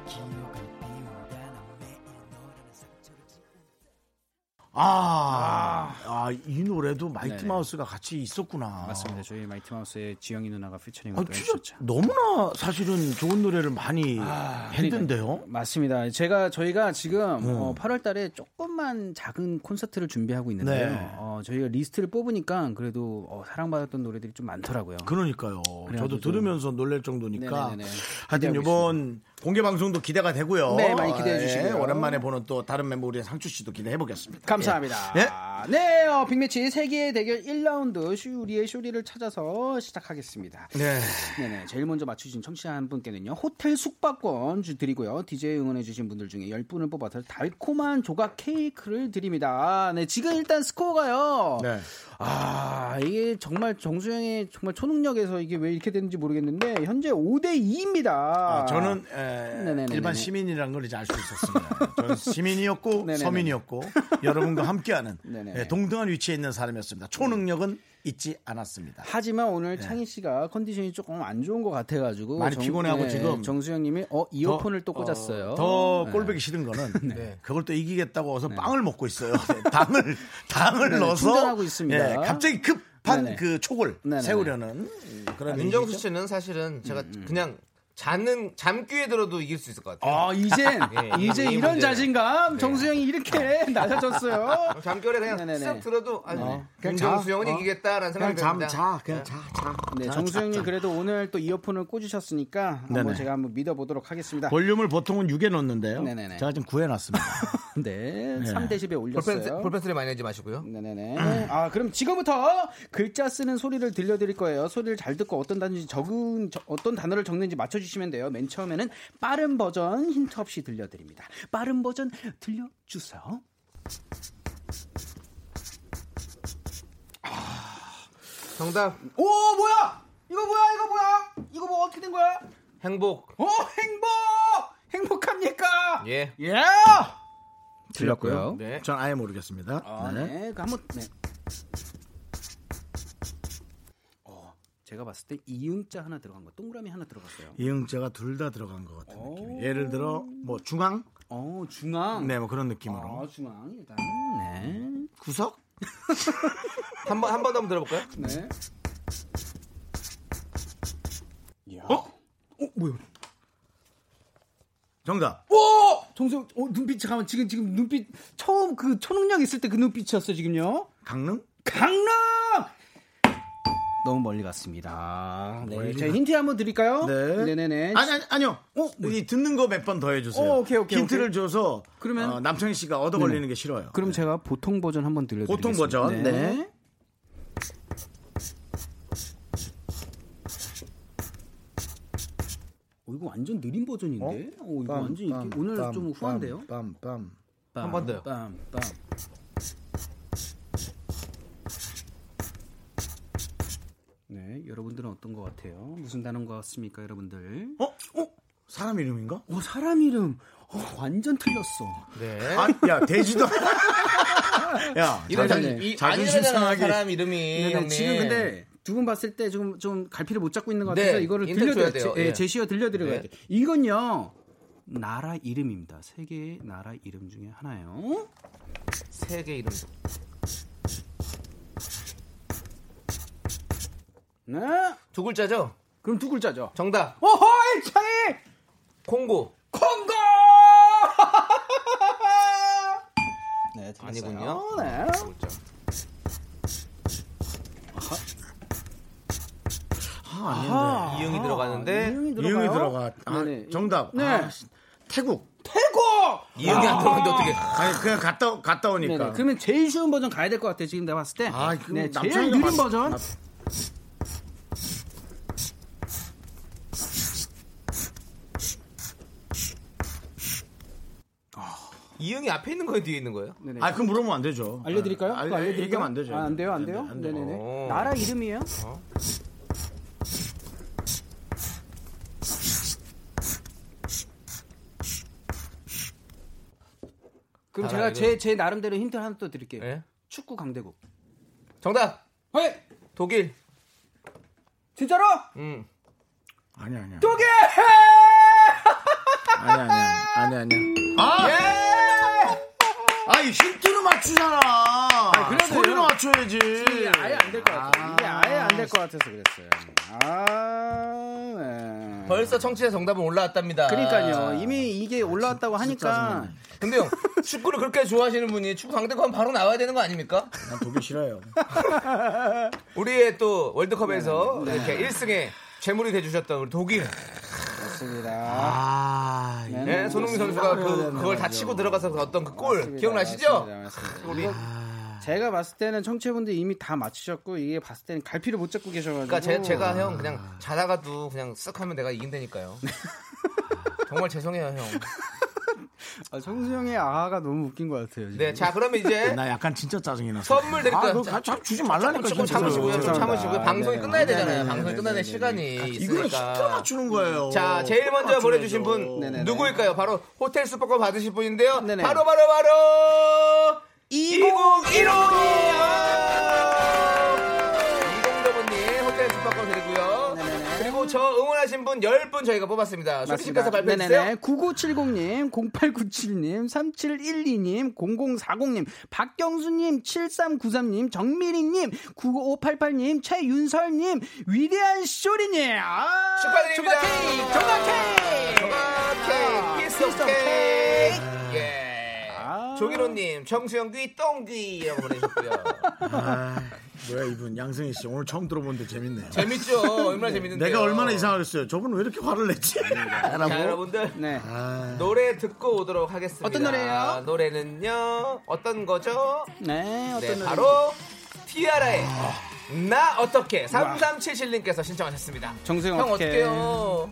기억을 비운다 난 매일 너라는 상처를 지운다 아, 아, 이 노래도 마이티 마우스가 같이 있었구나. 맞습니다. 저희 마이티마우스의 지영이 누나가 피처링을 아, 또 진짜 해주셨죠. 너무나 사실은 좋은 노래를 많이 아, 했는데요. 네. 맞습니다. 제가 저희가 지금 어, 8월달에 조금만 작은 콘서트를 준비하고 있는데요. 네. 어, 저희가 리스트를 뽑으니까 그래도 어, 사랑받았던 노래들이 좀 많더라고요. 그러니까요. 저도 그래가지고. 들으면서 놀랄 정도니까. 네네네네. 하여튼 기대하고 이번 공개 방송도 기대가 되고요. 네, 많이 기대해 예, 주시고요. 오랜만에 보는 또 다른 멤버 우리 상추 씨도 기대해 보겠습니다. 감사합니다. 예. 네, 어, 빅매치 세계의 대결 1라운드 슈리의 쇼리를 찾아서 시작하겠습니다. 네. 네네. 제일 먼저 맞추신 청취자 한 분께는요. 호텔 숙박권 주- 드리고요. DJ 응원해주신 분들 중에 10분을 뽑아서 달콤한 조각 케이크를 드립니다. 네. 지금 일단 스코어가요. 네. 아, 이게 정말 정수영의 정말 초능력에서 이게 왜 이렇게 됐는지 모르겠는데, 현재 5대2입니다. 아, 저는 에, 네네네네. 일반 시민이라는 걸 이제 알 수 있었습니다. 저는 시민이었고 네네네. 서민이었고 여러분과 함께하는 네네. 예, 동등한 위치에 있는 사람이었습니다. 초능력은 잊지 않았습니다. 하지만 오늘 창희 씨가 컨디션이 조금 안 좋은 것 같아가지고 예. 예, 많이 피곤해하고 지금 정수영님이 어 이어폰을 또 꽂았어요. 네. 더 꼴보기 싫은 거는 그걸 또 이기겠다고 어서 빵을 먹고 있어요. 네, 당을 당을 네, 넣어서 충전하고 있습니다. 예, 갑자기 급한 네네. 그 촉을 네네네. 아, 세우려는 그런 윤정수 얘기죠. 음, 씨는 사실은 제가 그냥 자는 잠귀에 들어도 이길 수 있을 것 같아요. 아, 이젠, 예, 이 이제 이런 문제는. 예. 자신감 정수영이 어. 이렇게 낮아졌어요. 잠결에 그냥 네네네. 쓱 들어도 아, 어, 그냥 윤정수 자. 형은 어. 이기겠다라는 생각이 그냥 잠 듭니다. 예. 자, 그냥 자, 자. 네, 자, 정수영님 자, 자. 그래도 오늘 또 이어폰을 꽂으셨으니까 네네. 한번 제가 한번 믿어보도록 하겠습니다. 볼륨을 보통은 6에 넣는데요. 네네네. 제가 지금 9에 놨습니다. 네, 3대십에 볼펜, 쓰- 올렸어요. 볼펜 소리 많이 하지 마시고요. 네네네. 아 그럼 지금부터 글자 쓰는 소리를 들려드릴 거예요. 소리를 잘 듣고 어떤 단지 적은 저- 어떤 단어를 적는지 맞춰주시면 돼요. 맨 처음에는 빠른 버전 힌트 없이 들려드립니다. 빠른 버전 들려주세요. 정답 오 뭐야? 이거 뭐야? 이거 뭐야? 이거 뭐 어떻게 된 거야? 행복. 오 행복! 행복합니까? 예. 예! 들렸고요. 네. 전 아예 모르겠습니다. 아, 네. 네. 그 한번 네. 어, 제가 봤을 때 이응자 하나 들어간 거, 동그라미 하나 들어갔어요. 이응자가 둘 다 들어간 것 같은 느낌이. 예를 들어 뭐 중앙, 어, 중앙. 네 뭐 그런 느낌으로 어, 중앙 일단. 네. 구석. 한번 한 번 더 한번 들어볼까요? 네. 어? 어, 뭐야? 정답. 오! 정수영, 어, 눈빛 잠깐만 지금 지금 눈빛 처음 그 초능력 있을 때 그 눈빛이었어요, 지금요. 강릉? 강릉! 너무 멀리 갔습니다. 네. 멀리 제가 힌트 한번 드릴까요? 네. 네네네. 아니 아니 아니요. 이 듣는 거 몇 번 더 해주세요. 어, 오케이, 오케이, 힌트를 오케이. 줘서 그러면- 어, 남창희 씨가 얻어 걸리는 게 싫어요. 네. 그럼 제가 보통 버전 한번 들려드리겠습니다. 보통 버전. 네. 어, 이거 완전 느린 버전인데? 어, 이거 완전 이게 오늘 좀 후한데요? 빰빰. 한번 더요. 빰, 빰. 네, 여러분들은 어떤 것 같아요? 무슨 단어인 것 같습니까, 여러분들? 어? 어? 사람 이름인가? 어, 사람 이름. 어, 완전 틀렸어. 네. 아, 야 돼지도. 야 이런 자존- 자기- 이 자존심 아니라잖아, 상하게. 사람 이름이 네, 형님. 지금 근데 두 분 봤을 때 좀 좀 갈피를 못 잡고 있는 것 네, 같아서 이거를 힌트 줘야 들려드려 돼요. 제, 예. 시어 네. 들려드려야 돼. 이건요 나라 이름입니다. 세계의 나라 이름 중에 하나요. 세계 이름. 네. 두 글자죠? 그럼 두 글자죠. 정답. 오호 일창이 콩고. 콩고. 네, 틀렸어요. 아니군요. 네. 두 글자. 아, 이응이 들어가는데 이응이 들어가요? 이응이 들어가. 아, 네네. 정답. 네. 아, 씨, 태국. 태국. 이응이 안 들어가는데 어떻게? 아니 그냥 갔다 갔다 네네. 오니까. 그러면 제일 쉬운 버전 가야 될 것 같아요. 지금 내가 봤을 때. 아, 그 네, 남창이가 제일 느린 봤- 버전. 남- 이응이 앞에 있는 거예요, 뒤에 있는 거예요? 네네. 아, 그 물으면 안 되죠. 알려드릴까요? 아, 그거 알- 알려드릴까요? 얘기하면 안 되죠. 아, 안 돼요, 안 돼요? 안 돼요. 어. 네네네. 오. 나라 이름이에요? 그럼 나라 제가 이름. 제 제 나름대로 힌트 하나 또 드릴게요. 예. 축구 강대국. 정답. 헐! 독일. 진짜로? 음. 아니 아니야. 독일! 아니 아니야. 아니 아니야. 아! 예! 아이 힌트로 맞추잖아. 그래도요. 소리로 맞춰야지. 이게 아예 안 될 것 같아요. 이게 아예 안 될 것 같아서 그랬어요. 아, 네. 벌써 청취자 정답은 올라왔답니다. 그러니까요. 이미 이게 올라왔다고 하니까 아, 짜증나네. 근데 형 축구를 그렇게 좋아하시는 분이 축구 강대권 바로 나와야 되는 거 아닙니까? 난 독일 싫어요. 우리의 또 네, 월드컵에서 이렇게 1승에 재물이 돼주셨던 우리 독일. 좋습니다. 아, 네, 네, 손흥민 선수가 그, 그걸 다 치고 들어가서 그 어떤 그 골 기억나시죠? 맞습니다, 맞습니다. 이거 제가 봤을 때는 청취분들 이미 다 맞추셨고 이게 봤을 때는 갈피를 못 잡고 계셔가지고. 아, 그러니까 제, 제가 형 그냥 자다가도 그냥 쓱 하면 내가 이긴다니까요. 아, 정말 죄송해요 형. 아, 성수형의 아가 너무 웃긴 것 같아요. 지금. 네, 자 그러면 이제 나 약간 진짜 짜증이 났어. 선물 드릴 아, 거예요. 그거 가- 자, 주지 말라니까. 조금 진짜로. 참으시고요, 좀 죄송합니다. 참으시고요. 방송이 네, 끝나야 네, 되잖아요. 네, 방송이 네, 끝나는 네, 시간이 이거는 힌트로 있으니까. 맞추는 거예요. 자, 제일 힌트로 먼저 보내주신 맞춰야죠. 분 네네. 누구일까요? 바로 호텔 숙박권 받으실 분인데요. 네네. 바로 바로 바로 네, 2015번님 호텔 숙박권 드리고요. 그리고 저 응원하는 참여하신 분 10분 저희가 뽑았습니다. 소개시켜서 네, 발표해주세요. 9970님, 0897님, 3712님, 0040님, 박경수님, 7393님, 정미리님, 95888님, 최윤설님, 위대한 쇼리님. 아, 축하드립니다. 조각 케이크, 조각 케이크. 조각 케이크, 피스 오브 케이크. 예. 조기로님, 정수영귀, 똥귀라고 보내셨고요. 뭐야 이분 양승희 씨 오늘 처음 들어보는데 재밌네요. 재밌죠? 얼마나 재밌는데. 내가 얼마나 이상하겠어요. 저분 왜 이렇게 화를 냈지? 아. 라고. 자, 여러분들. 네. 노래 듣고 오도록 하겠습니다. 어떤 노래예요? 노래는요, 어떤 거죠? 네, 어떤 네, 노래? 바로 티아라의 나 어떻게 3377님께서 신청하셨습니다. 정수영 형 어떡해. 어때요?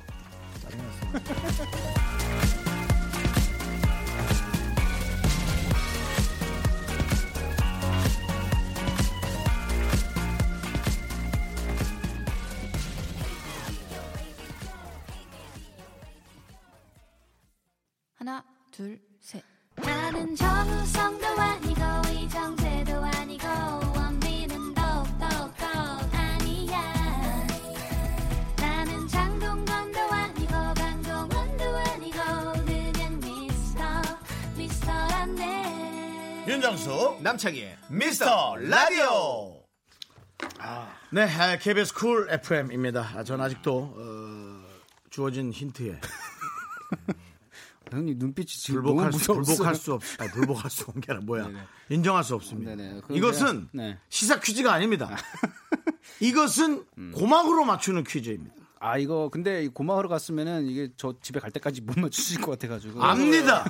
하나, 둘, 셋. 나는 정우성도 아니고 이정재도 아니고 원빈은 더욱더 아니야 나는 장동건도 아니고 강동원도 아니고 그냥 미스터 미스터란데 윤정수 남창희의 미스터 라디오. 네, 아, KBS 쿨 FM입니다. 아, 전 아직도 어, 주어진 힌트에 형님 눈빛이 지금 불복할 수, 너무 무서웠어요. 불복할 수 없, 아 불복할 수 없는 게 아니라 뭐야? 인정할 수 없습니다. 네네. 그런데요. 이것은 네. 시사 퀴즈가 아닙니다. 이것은 고막으로 맞추는 퀴즈입니다. 아 이거 근데 고마워러 갔으면은 이게 저 집에 갈 때까지 못 맞추실 것 같아가지고. 압니다.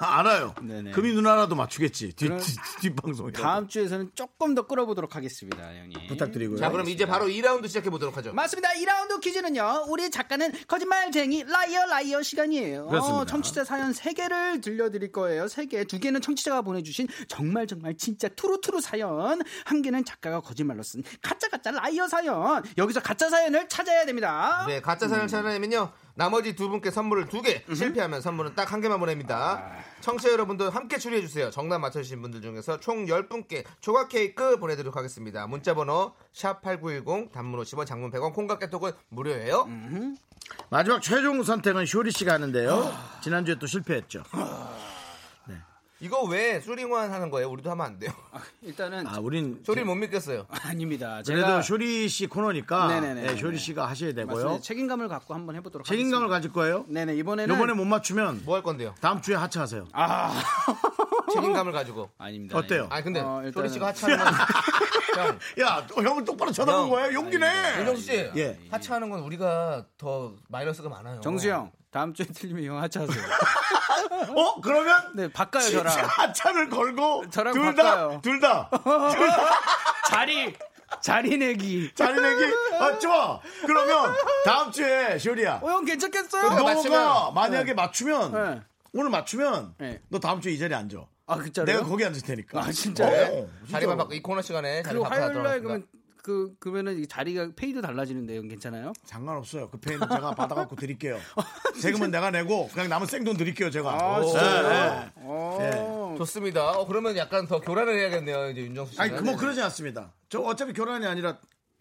알아요. 네. 네네. 금이 누나라도 맞추겠지. 뒷, 뒷, 뒷방송에. 다음 주에서는 조금 더 끌어보도록 하겠습니다, 형님. 부탁드리고요. 자, 그럼 이제 바로 2라운드 시작해보도록 하죠. 맞습니다. 2라운드 퀴즈는요. 우리 작가는 거짓말쟁이 라이어 라이어 시간이에요. 그렇습니다. 청취자 사연 3개를 들려드릴 거예요. 3개. 2개는 청취자가 보내주신 정말 정말 진짜 투루투루 사연. 한개는 작가가 거짓말로 쓴 가짜 가짜 라이어 사연. 여기서 가짜 사연을 찾아야 됩니다. 네, 가짜 음. 사연을 찾아내면요. 나머지 두 분께 선물을 두 개, 실패하면 선물은 딱 한 개만 보냅니다. 아. 청취자 여러분들 함께 추리해주세요. 정답 맞춰주신 분들 중에서 총 10분께 조각 케이크 보내드리도록 하겠습니다. 문자번호 샵8910 단문 50원 장문 100원 콩깍개톡은 무료예요. 음. 마지막 최종 선택은 쇼리 씨가 하는데요. 지난주에 또 실패했죠. 이거 왜 수링원 하는 거예요? 우리도 하면 안 돼요. 일단은 아, 우린 소리 못 믿겠어요. 아, 닙니다 그래도 제가 쇼리 씨 코너니까 네네네. 네, 쇼리 씨가 하셔야 되고요. 맞습니다. 책임감을 갖고 한번 해보도록 책임감을 하겠습니다. 가질 거예요. 네네 이번에는 이번에 못 맞추면 뭐 할 건데요? 다음 주에 하차하세요. 아 책임감을 가지고. 아닙니다. 어때요? 아 근데 어, 일단은- 쇼리 씨가 하차하는 건 야, 또 형을 똑바로 쳐다본 형. 거예요? 용기네. 윤정수 씨 예. 하차하는 건 우리가 더 마이너스가 많아요. 정수 형 어. 다음 주에 틀리면 형 하차하세요. 어, 그러면 네 바꿔요 진짜 저랑 하차를 걸고 저랑 둘 다, 바꿔요. 둘 다. 자리 자리 내기. 자리 내기. 아, 좋아. 그러면 다음 주에 쇼리야. 어 형 괜찮겠어요? 너가 맞추면- 만약에 맞추면 네. 오늘 맞추면 네. 너 다음 주에 이 자리에 앉아. 아 그짜로? 내가 거기 앉을 테니까. 아, 진짜요? 어, 자리만 바꿔 이 코너 시간에 자리 그리고 바꿔 화요일 날 하도록 그러면 그 그러면은 이 자리가 페이도 달라지는데 형 괜찮아요? 상관없어요. 그 페인 제가 받아갖고 드릴게요. 세금은 내가 내고 그냥 남은 생돈 드릴게요 제가. 오. 네, 네. 아, 어. 좋습니다. 어, 그러면 약간 더 교란을 해야겠네요. 이제 윤정수 씨. 아니 그뭐 그러지 않습니다. 저 어차피 결혼이 아니라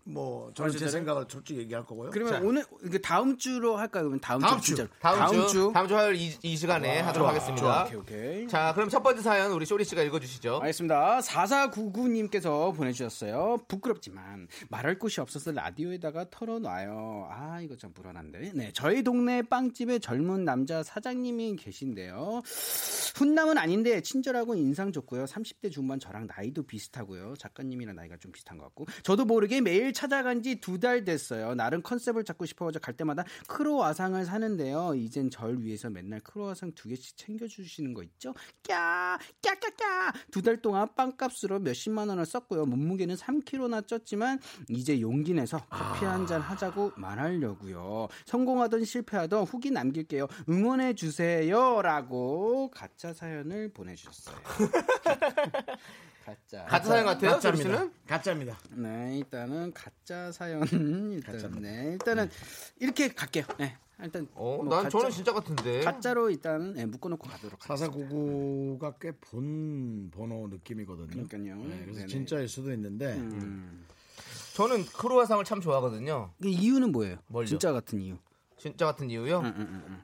뭐 저는 제 생각을 솔직히 얘기할 거고요. 그러면 오늘 그 다음 주로 할까요? 그러면 다음, 다음 주 주. 진짜로. 다음, 주, 다음 주 화요일 이, 이 시간에 하도록 하겠습니다. 오케이 오케이. 자, 그럼 첫 번째 사연 우리 쇼리 씨가 읽어주시죠. 알겠습니다. 4499님께서 보내주셨어요. 부끄럽지만 말할 곳이 없어서 라디오에다가 털어놔요. 아, 이거 참 불안한데. 네, 저희 동네 빵집에 젊은 남자 사장님이 계신데요. 훈남은 아닌데 친절하고 인상 좋고요. 30대 중반 저랑 나이도 비슷하고요. 작가님이랑 나이가 좀 비슷한 것 같고. 저도 모르게 매일 찾아간 지 두 달 됐어요. 나름 컨셉을 잡고 싶어서 갈 때마다 크로와상을 사는데요. 이젠 절 위해서 맨날 크로와상 두 개씩 챙겨주시는 거 있죠? 까! 까까까! 두 달 동안 빵값으로 몇십만 원을 썼고요. 몸무게는 3kg나 쪘지만 이제 용기 내서 아. 커피 한 잔 하자고 말하려고요. 성공하든 실패하든 후기 남길게요. 응원해 주세요라고 가짜 사연을 보내주셨어요. 가짜. 가짜 사연 같아요, 쇼리 씨는? 가짜입니다. 네, 일단은 가짜 사연. 일단 네, 일단은 이렇게 갈게요. 네, 일단 어, 뭐 난 가짜- 저는 진짜 같은데. 가짜로 일단 네, 묶어놓고 가도록 하겠습니다. 사사구구가 꽤 본 번호 느낌이거든요. 그러니까요. 네, 그래서 네네. 진짜일 수도 있는데 저는 크로아상을 참 좋아하거든요. 그 이유는 뭐예요? 뭘요? 진짜 같은 이유. 진짜 같은 이유요.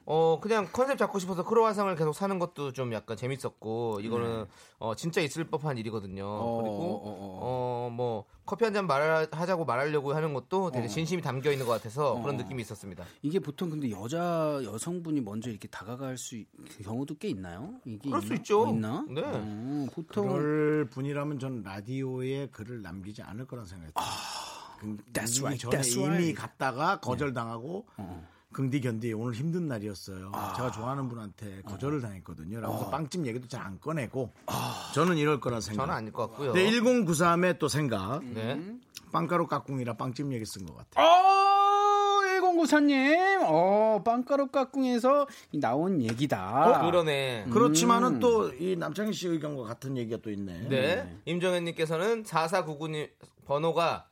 어 그냥 컨셉 잡고 싶어서 크로아상을 계속 사는 것도 좀 약간 재밌었고 이거는 어, 진짜 있을 법한 일이거든요. 그리고 어 뭐 커피 한 잔 말하자고 말하려고 하는 것도 되게 진심이 담겨 있는 것 같아서 그런 느낌이 있었습니다. 이게 보통 근데 여자 여성분이 먼저 이렇게 다가갈 수 있- 그 경우도 꽤 있나요? 이게 그럴 수 있나? 있죠. 어, 있나? 네. 어, 보통 그럴 분이라면 전 라디오에 글을 남기지 않을 거란 생각이 아, 들어요. 긍- that's 이미 right, 전에 that's 이미 right. 갔다가 거절당하고 네. 어. 긍디 견디 오늘 힘든 날이었어요. 제가 좋아하는 분한테 거절을 당했거든요. 아. 라면서 빵집 얘기도 잘 안 꺼내고 저는 이럴 거란 생각. 저는 아닐 것 같고요. 네, 1093의 또 생각. 네. 빵가루 깍꿍이라 빵집 얘기 쓴 것 같아요. 어, 1094님, 어, 빵가루 깍꿍에서 나온 아. 어, 얘기다. 어, 그러네. 그렇지만은 또 이 남창희 씨 의견과 같은 얘기가 또 있네. 네. 임정현님께서는 4499님 번호가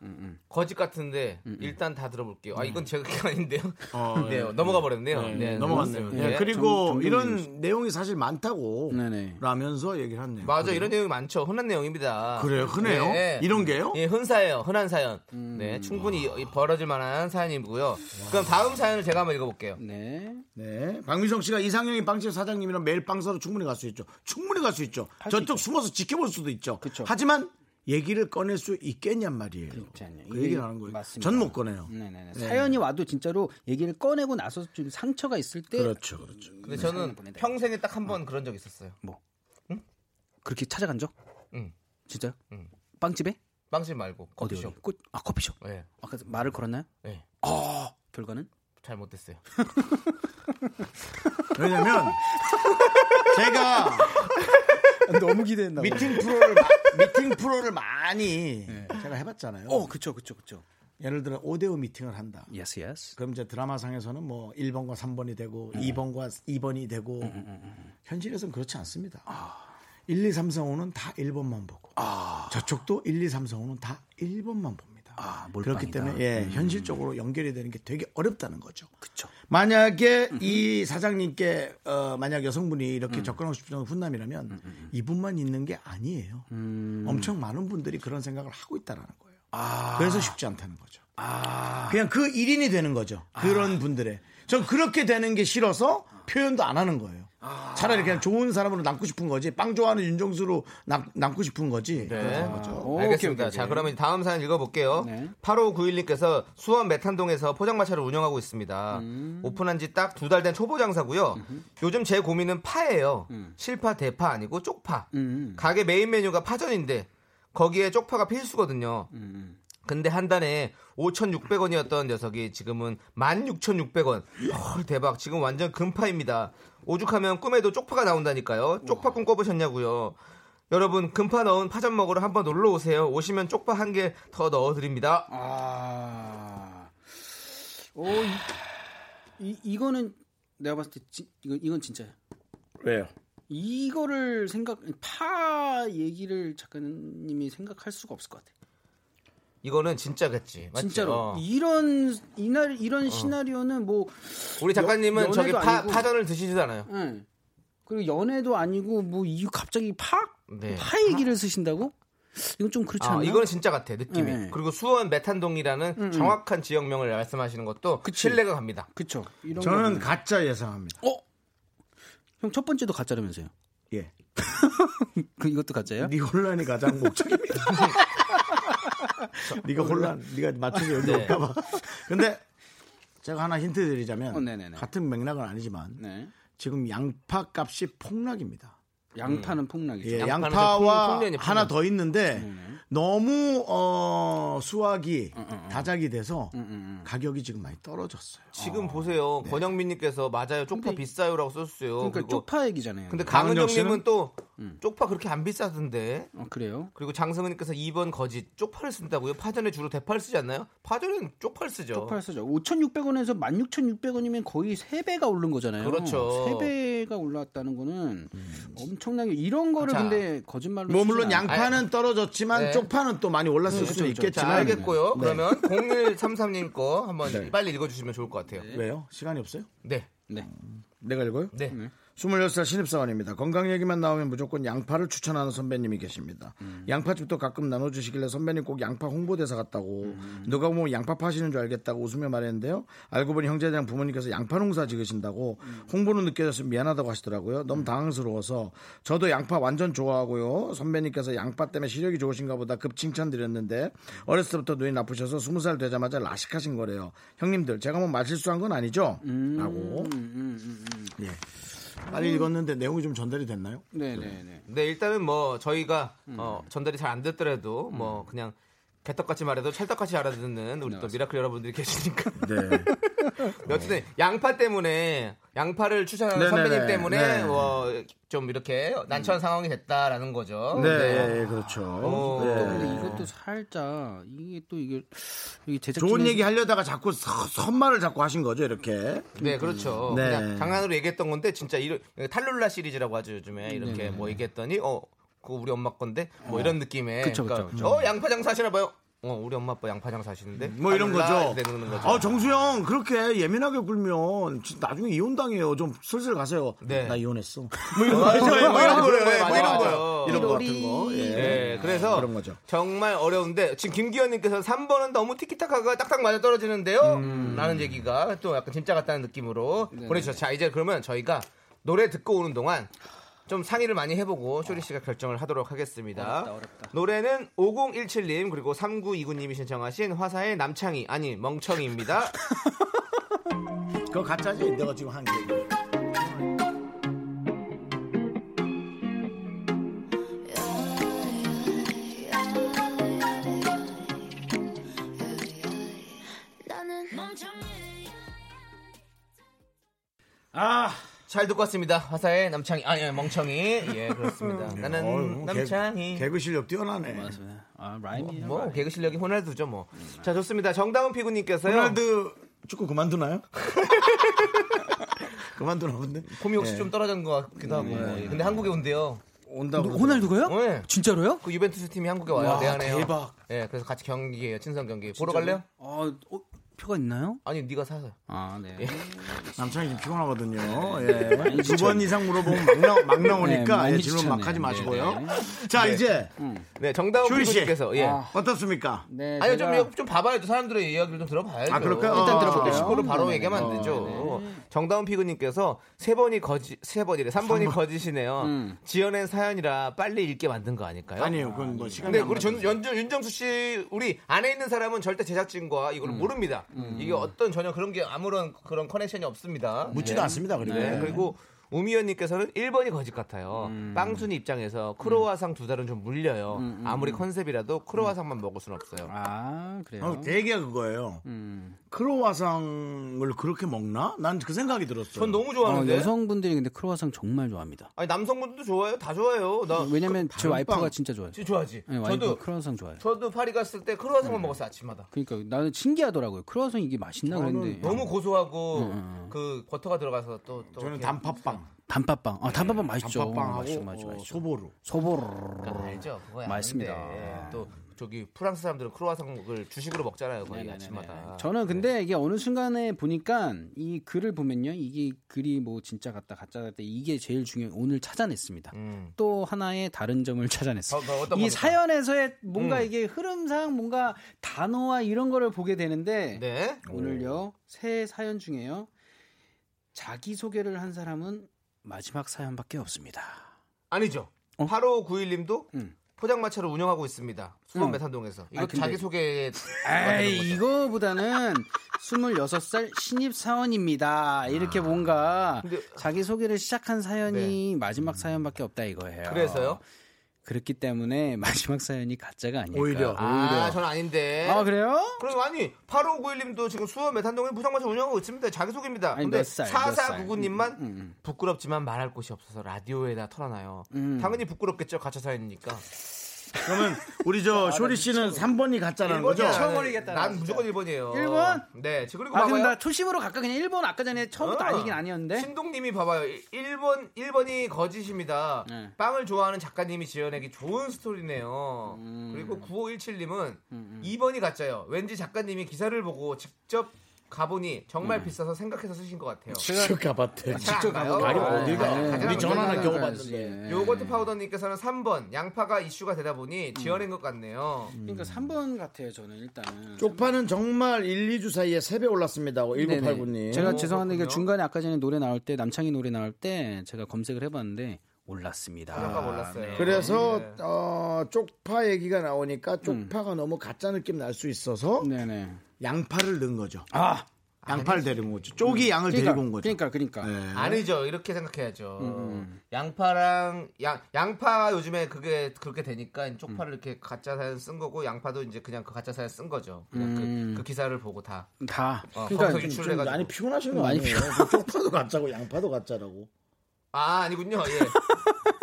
거짓 같은데 일단 다 들어볼게요. 아 이건 제가 게 아닌데요. 어, 네, 예. 음, 넘어가 버렸네요. 네, 네, 넘어갔네요. 네. 예, 그리고 정- 정정해 이런 주시죠. 내용이 사실 많다고 네네. 라면서 얘기를 했네요. 맞아 이런 내용이 많죠. 흔한 내용입니다. 그래요, 흔해요? 네, 이런 음. 게요? 예, 흔사예요. 흔한 사연. 네, 충분히 이- 벌어질 만한 사연이고요. 그럼 다음 사연을 제가 한번 읽어볼게요. 음, 네. 네. 박미성 씨가 이상형이 빵집 사장님이랑 매일 빵 사러 충분히 갈 수 있죠. 충분히 갈 수 있죠. 저쪽 숨어서 지켜볼 수도 있죠. 그쵸. 하지만 얘기를 꺼낼 수 있겠냔 말이에요. 그렇지 않냐. 그 이게 얘기를 하는 거예요. 네. 맞습니다. 음. 전 못 꺼내요. 네네네. 사연이 와도 진짜로 얘기를 꺼내고 나서 좀 상처가 있을 때 그렇죠, 그렇죠. 근데 저는 보낸다. 평생에 딱 한 번 그런 적 있었어요. 그렇게 찾아간 적? 음. 응. 진짜요? 응. 빵집에? 빵집 말고 커피숍. 어디? 꽃, 아, 커피숍. 예, 네, 아까 말을 걸었나요? 네. 결과는? 잘못됐어요. 왜냐면 제가 너무 기대했나 봐. 미팅 프로를 마- 미팅 프로를 많이 제가 해봤잖아요. 어, 그쵸, 그쵸, 그쵸. 예를 들어 5대5 미팅을 한다. Yes, yes. 그럼 이제 드라마상에서는 뭐 1번과 3번이 되고 2번과 2번이 되고 음. 현실에서는 그렇지 않습니다. 1, 2, 3, 4, 5는 다 1번만 보고 저쪽도 1, 2, 3, 4, 5는 다 1번만 봅니다. 그렇기 때문에 예, 현실적으로 연결이 되는 게 되게 어렵다는 거죠. 그쵸. 만약에 이 사장님께 어, 만약 여성분이 이렇게 접근하고 싶은 훈남이라면 이분만 있는 게 아니에요. 엄청 많은 분들이 그런 생각을 하고 있다라는 거예요. 그래서 쉽지 않다는 거죠. 그냥 그 일인이 되는 거죠. 그런 분들의. 전 그렇게 되는 게 싫어서 표현도 안 하는 거예요. 차라리 그냥 좋은 사람으로 남고 싶은 거지. 빵 좋아하는 윤정수로 남, 고 싶은 거지. 네, 그런 거죠. 네. 알겠습니다. 자, 그러면 다음 사연 읽어볼게요. 네. 8591님께서 수원 메탄동에서 포장마차를 운영하고 있습니다. 음. 오픈한 지 딱 두 달 된 초보 장사고요. 요즘 제 고민은 파예요. 음. 실파, 대파 아니고 쪽파. 음, 가게 메인 메뉴가 파전인데 거기에 쪽파가 필수거든요. 음, 근데 한 단에 5,600원이었던 녀석이 지금은 16,600원. 헐, 대박. 지금 완전 금파입니다. 오죽하면 꿈에도 쪽파가 나온다니까요. 쪽파 꿈 꿔보셨냐고요. 여러분, 금파 넣은 파전 먹으러 한번 놀러 오세요. 오시면 쪽파 한 개 더 넣어드립니다. 아. 오, 이, 이, 거는 내가 봤을 때, 진- 이건, 이건 진짜야. 왜요? 이거를 생각, 파 얘기를 작가님이 생각할 수가 없을 것 같아. 이거는 진짜겠지. 맞지? 진짜로. 어. 이런, 이날, 이런 시나리오는 뭐, 우리 작가님은 연- 저기 연애도 파, 아니고. 파전을 드시지도 않아요. 응. 예. 그리고 연애도 아니고, 뭐, 이 갑자기 파? 네. 파 얘기를 쓰신다고? 이건 좀 그렇지 아, 않나? 이거는 진짜 같아, 느낌이. 네. 음, 그리고 수원 메탄동이라는 정확한 지역명을 말씀하시는 것도 신뢰가 갑니다. 그쵸. 이런 저는 거는- 가짜 예상합니다. 어? 형 첫 번째도 가짜라면서요? 예. 그 이것도 가짜예요? 네 혼란이 가장 목적입니다. 네. 네가 혼란, 네가 맞춰서 여기 네. 올까봐. 근데 제가 하나 힌트 드리자면 어, 네네네. 같은 맥락은 아니지만 네. 지금 양파 값이 폭락입니다. 그렇죠. 양파는 폭락이죠. 예, 양파는 양파와 폭- 폭면이 하나 폭면. 더 있는데 너무 어, 수확이 다작이 음, 돼서 가격이 지금 많이 떨어졌어요. 지금 아, 보세요. 권영민님께서 맞아요. 쪽파 비싸요라고 썼어요. 네. 그러니까 그리고 쪽파 음. 얘기잖아요. 근데 강은정 강은정님은 씨는? 또 쪽파 그렇게 안 비싸던데. 어, 그래요? 그리고 장성은님께서 2번 거짓 쪽파를 쓴다고요? 파전에 주로 대파를 쓰지 않나요? 파전은 쪽파를 쓰죠. 쪽파를 쓰죠. 5,600원에서 16,600원이면 거의 3배가 오른 거잖아요. 그렇죠. 음. 3배가 올라왔다는 거는 엄청나게 이런 거를 자. 근데 거짓말로 뭐 물론 쓰진 않- 양파는 떨어졌지만 네. 쪽파는 또 많이 올랐을 수도 그렇죠. 자, 있겠지만 알겠고요. 그러면 네. 0133님 거 한번 빨리 읽어주시면 좋을 것 같아요. 왜요? 시간이 없어요? 네. 네. 내가 읽어요? 네. 26살 신입사원입니다. 건강 얘기만 나오면 무조건 양파를 추천하는 선배님이 계십니다. 양파집도 가끔 나눠주시길래 선배님 꼭 양파 홍보대사 같다고 누가 보면 양파 파시는 줄 알겠다고 웃으며 말했는데요. 알고 보니 형제들이랑 부모님께서 양파 농사 지으신다고 홍보는 느껴져서 미안하다고 하시더라고요. 너무 당황스러워서 저도 양파 완전 좋아하고요. 선배님께서 양파 때문에 시력이 좋으신가 보다 급 칭찬드렸는데 어렸을 때부터 눈이 나쁘셔서 20살 되자마자 라식하신 거래요. 형님들 제가 뭐 말실수한 건 아니죠? 라고 예. 빨리 읽었는데 내용이 좀 전달이 됐나요? 네네네. 네, 일단은 뭐 저희가 음. 어, 전달이 잘 안 됐더라도 뭐 그냥 개떡같이 말해도 찰떡같이 알아듣는 우리 또 미라클 여러분들이 계시니까. 네. 여튼 양파 때문에 양파를 추천하는 네네네. 선배님 때문에 네. 음. 어, 좀 이렇게 난처한 상황이 됐다라는 거죠. 뭐 네, 예, 예, 그렇죠. 어, 예. 근데 이것도 살짝 이게 또 이게 이게 제작진 좋은 얘기 하려다가 자꾸 서- 선말을 자꾸 하신 거죠, 이렇게. 네, 그렇죠. 네. 그냥 장난으로 얘기했던 건데 진짜 이런 탈룰라 시리즈라고 하죠 음. 요즘에 이렇게 네. 뭐 얘기했더니 어 그거 우리 엄마 건데 뭐 어. 이런 느낌의 그쵸, 그러니까 그쵸, 그쵸. 어 양파 장사 하시나 봐요. 어 우리 엄마 아빠 양파 장사 하시는데 뭐 이런 탈룰라 거죠. 이렇게 되는 거죠. 아, 정수영 그렇게 예민하게 굴면 진짜 나중에 이혼 당해요. 좀 슬슬 가세요. 네. 나 이혼했어. 뭐 이런 거, 뭐 이런 맞아, 거를, 맞아, 뭐 이런 맞아. 거, 이런 거 같은 거. 예. 네, 그래서 그런 거죠. 정말 어려운데 지금 김기현님께서 3번은 너무 티키타카가 딱딱 맞아 떨어지는데요. 음. 라는 얘기가 또 약간 진짜 같다는 느낌으로 보내주셨죠. 자 이제 그러면 저희가 노래 듣고 오는 동안 좀 상의를 많이 해보고 쇼리 씨가 결정을 하도록 하겠습니다. 노래는 5017님 그리고 3929님이 신청하신 화사의 남창희 아니 멍청이입니다. 그거 가짜지? 내가 지금 한 게. 아 잘 듣고 왔습니다. 화사의 남창희 아니 멍청이 예 그렇습니다. 나는 남창희 음. 개, 그 실력 뛰어나네. 아, 라임이야. 뭐 개그 실력이 호날두죠 뭐. 자 좋습니다. 정다운 피구님께서요. 호날두 축구 그만두나요? 그만두나 본데. 폼이 혹시 좀 떨어진 것 같기도 하고. 네. 예. 근데 한국에 온대요. 어. 온다고. 호날두가요? 네. 진짜로요? 그 유벤투스 팀이 한국에 와요. 내한해요. 대박. 아, 예, 그래서 같이 경기예요. 친선 경기. 보러 갈래요? 어, 어, 표가 있나요? 아니 네가 사서. 아 네. 예. 남창이 좀 피곤하거든요. 예. 두번 이상 물어보면 막, 나, 막 나오니까 네, 예, 많이 질문 막 지쳤네. 하지 마시고요. 네, 자 이제 네, 정다운 쇼리 씨. 피구님께서 예. 아. 어떻습니까? 네, 아니요 제가- 좀좀 봐봐야죠 사람들의 이야기를 좀 들어봐야죠. 아, 그럴까요? 일단 들어볼게요. 음, 식으로 바로 네네. 얘기하면 안 되죠. 네. 정다운 피그님께서 세 번이 거지 세 번이래 삼 번이 거짓이네요. 지어낸 사연이라 빨리 읽게 만든 거 아닐까요? 음. 아니에요. 그건 뭐 시간. 근데 우리 전, 연정, 윤정수 씨 우리 안에 있는 사람은 절대 제작진과 음. 이걸 모릅니다. 이게 어떤 전혀 그런 게 아무런 그런 커넥션이 없습니다. 묻지도 네. 않습니다. 그리고. 네. 그리고 우미연님께서는 1번이 거짓 같아요. 음. 빵순이 입장에서 크로와상 두 달은 좀 물려요. 아무리 컨셉이라도 크로와상만 먹을 순 없어요. 음. 아 그래요. 어, 되게 그거예요. 크로와상을 그렇게 먹나? 난 그 생각이 들었어요. 전 너무 어, 좋아하는데. 여성분들이 근데 크로와상 정말 좋아합니다. 아니 남성분들도 좋아요. 다 좋아해요. 나 음, 그 왜냐면 제 와이프가 진짜 좋아해요. 진짜 좋아하지. 네, 음. 와이프 저도 크로와상 좋아해요. 저도 파리 갔을 때 크로와상만 먹었어 요 아침마다. 그러니까 나는 신기하더라고요. 크로와상 이게 맛있나 그랬는데 너무 고소하고 음, 그 버터가 들어가서 또, 또 저는 이렇게 단팥빵, 단팥빵. 네, 아 단팥빵 맛있죠. 단팥빵하고 맛있죠, 맛있죠, 어, 맛있죠. 소보루. 소보르. 그거 그러니까 알죠? 그거 어, 맞습니다. 아는데. 예, 또 저기 프랑스 사람들은 크로와상을 주식으로 먹잖아요. 거의 아침마다. 네. 저는 근데 이게 어느 순간에 보니까 이 글을 보면요, 이게 글이 뭐 진짜 같다 가짜 같다 이게 제일 중요한 오늘 찾아냈습니다. 음. 또 하나의 다른 점을 찾아냈어요. 어, 뭐 어떤 음. 이 겁니까? 사연에서의 뭔가 이게 흐름상 뭔가 단어와 이런 거를 보게 되는데 네. 오늘요 새 사연 중에요 자기 소개를 한 사람은 마지막 사연밖에 없습니다. 아니죠. 어? 8591님도 음. 포장마차를 운영하고 있습니다. 수원 음. 매산동에서. 이거 아니, 근데- 자기소개. 에이 이거보다는 26살 신입 사원입니다. 이렇게 뭔가 근데- 자기 소개를 시작한 사연이 마지막 사연밖에 없다 이거예요. 그래서요? 그렇기 때문에 마지막 사연이 가짜가 아닐까. 오히려. 아, 저는 아닌데. 아 그래요? 그럼 아니 8591님도 지금 수원 메탄동에 부상마차 운영하고 있습니다. 자기소개입니다. 아니, 근데 몇 살, 음, 몇 살. 4499님만 부끄럽지만 말할 곳이 없어서 라디오에다 털어놔요. 음. 당연히 부끄럽겠죠. 가짜 사연이니까. 그러면 우리 아, 저 쇼리 씨는 3번이 가짜라는 거죠? 일본이야. 네. 처음 올리겠다, 난 진짜. 무조건 1번이에요. 일본? 네. 지금 그리고 아 봐봐요. 근데 나 초심으로 갈까 그냥 1번 아까 전에 처음부터 어. 아니긴 아니었는데. 신동님이 봐봐요. 1번, 1번이 거짓입니다. 네. 빵을 좋아하는 작가님이 지어내기 좋은 스토리네요. 음. 그리고 9517님은 2번이 가짜요. 왠지 작가님이 기사를 보고 직접 가보니 정말 음. 비싸서 생각해서 쓰신 것 같아요. 직접 가봤대. 직접 가요. 아니, 네. 어딜 가. 가지 않아요. 우리 전화는 겨우 봤는데. 예. 네. 요거트 파우더님께서는 3번 양파가 이슈가 되다 보니 음. 지어낸 것 같네요. 그러니까 3번 같아요 저는 일단은 쪽파는 정말 1, 2주 사이에 3배 올랐습니다. 네네. 1989님. 제가 오, 죄송한데 그 그렇군요. 중간에 아까 전에 노래 나올 때 남창희 노래 나올 때 제가 검색을 해봤는데 올랐습니다. 아까 몰랐어요. 그래서 아, 예. 네. 어, 쪽파 얘기가 나오니까 음. 쪽파가 너무 가짜 느낌 날 수 있어서 네네. 양파를 넣은 거죠. 아 양파를 데리고 온 거죠. 쪽이 양을 그러니까 데리고 온 거죠. 그러니까 그러니까. 네. 아니죠. 이렇게 생각해야죠. 음, 양파랑 양 양파 요즘에 그게 그렇게 되니까 음. 쪽파를 이렇게 가짜 사연 쓴 거고 양파도 이제 그냥 그 가짜 사연 쓴 거죠. 그냥 음. 그, 그 기사를 보고 다. 다. 어, 거기서 그러니까 좀 유출해가지고. 많이 피곤하신 거 많이 아니에요? 그 쪽파도 가짜고 양파도 가짜라고. 아 아니군요. 예.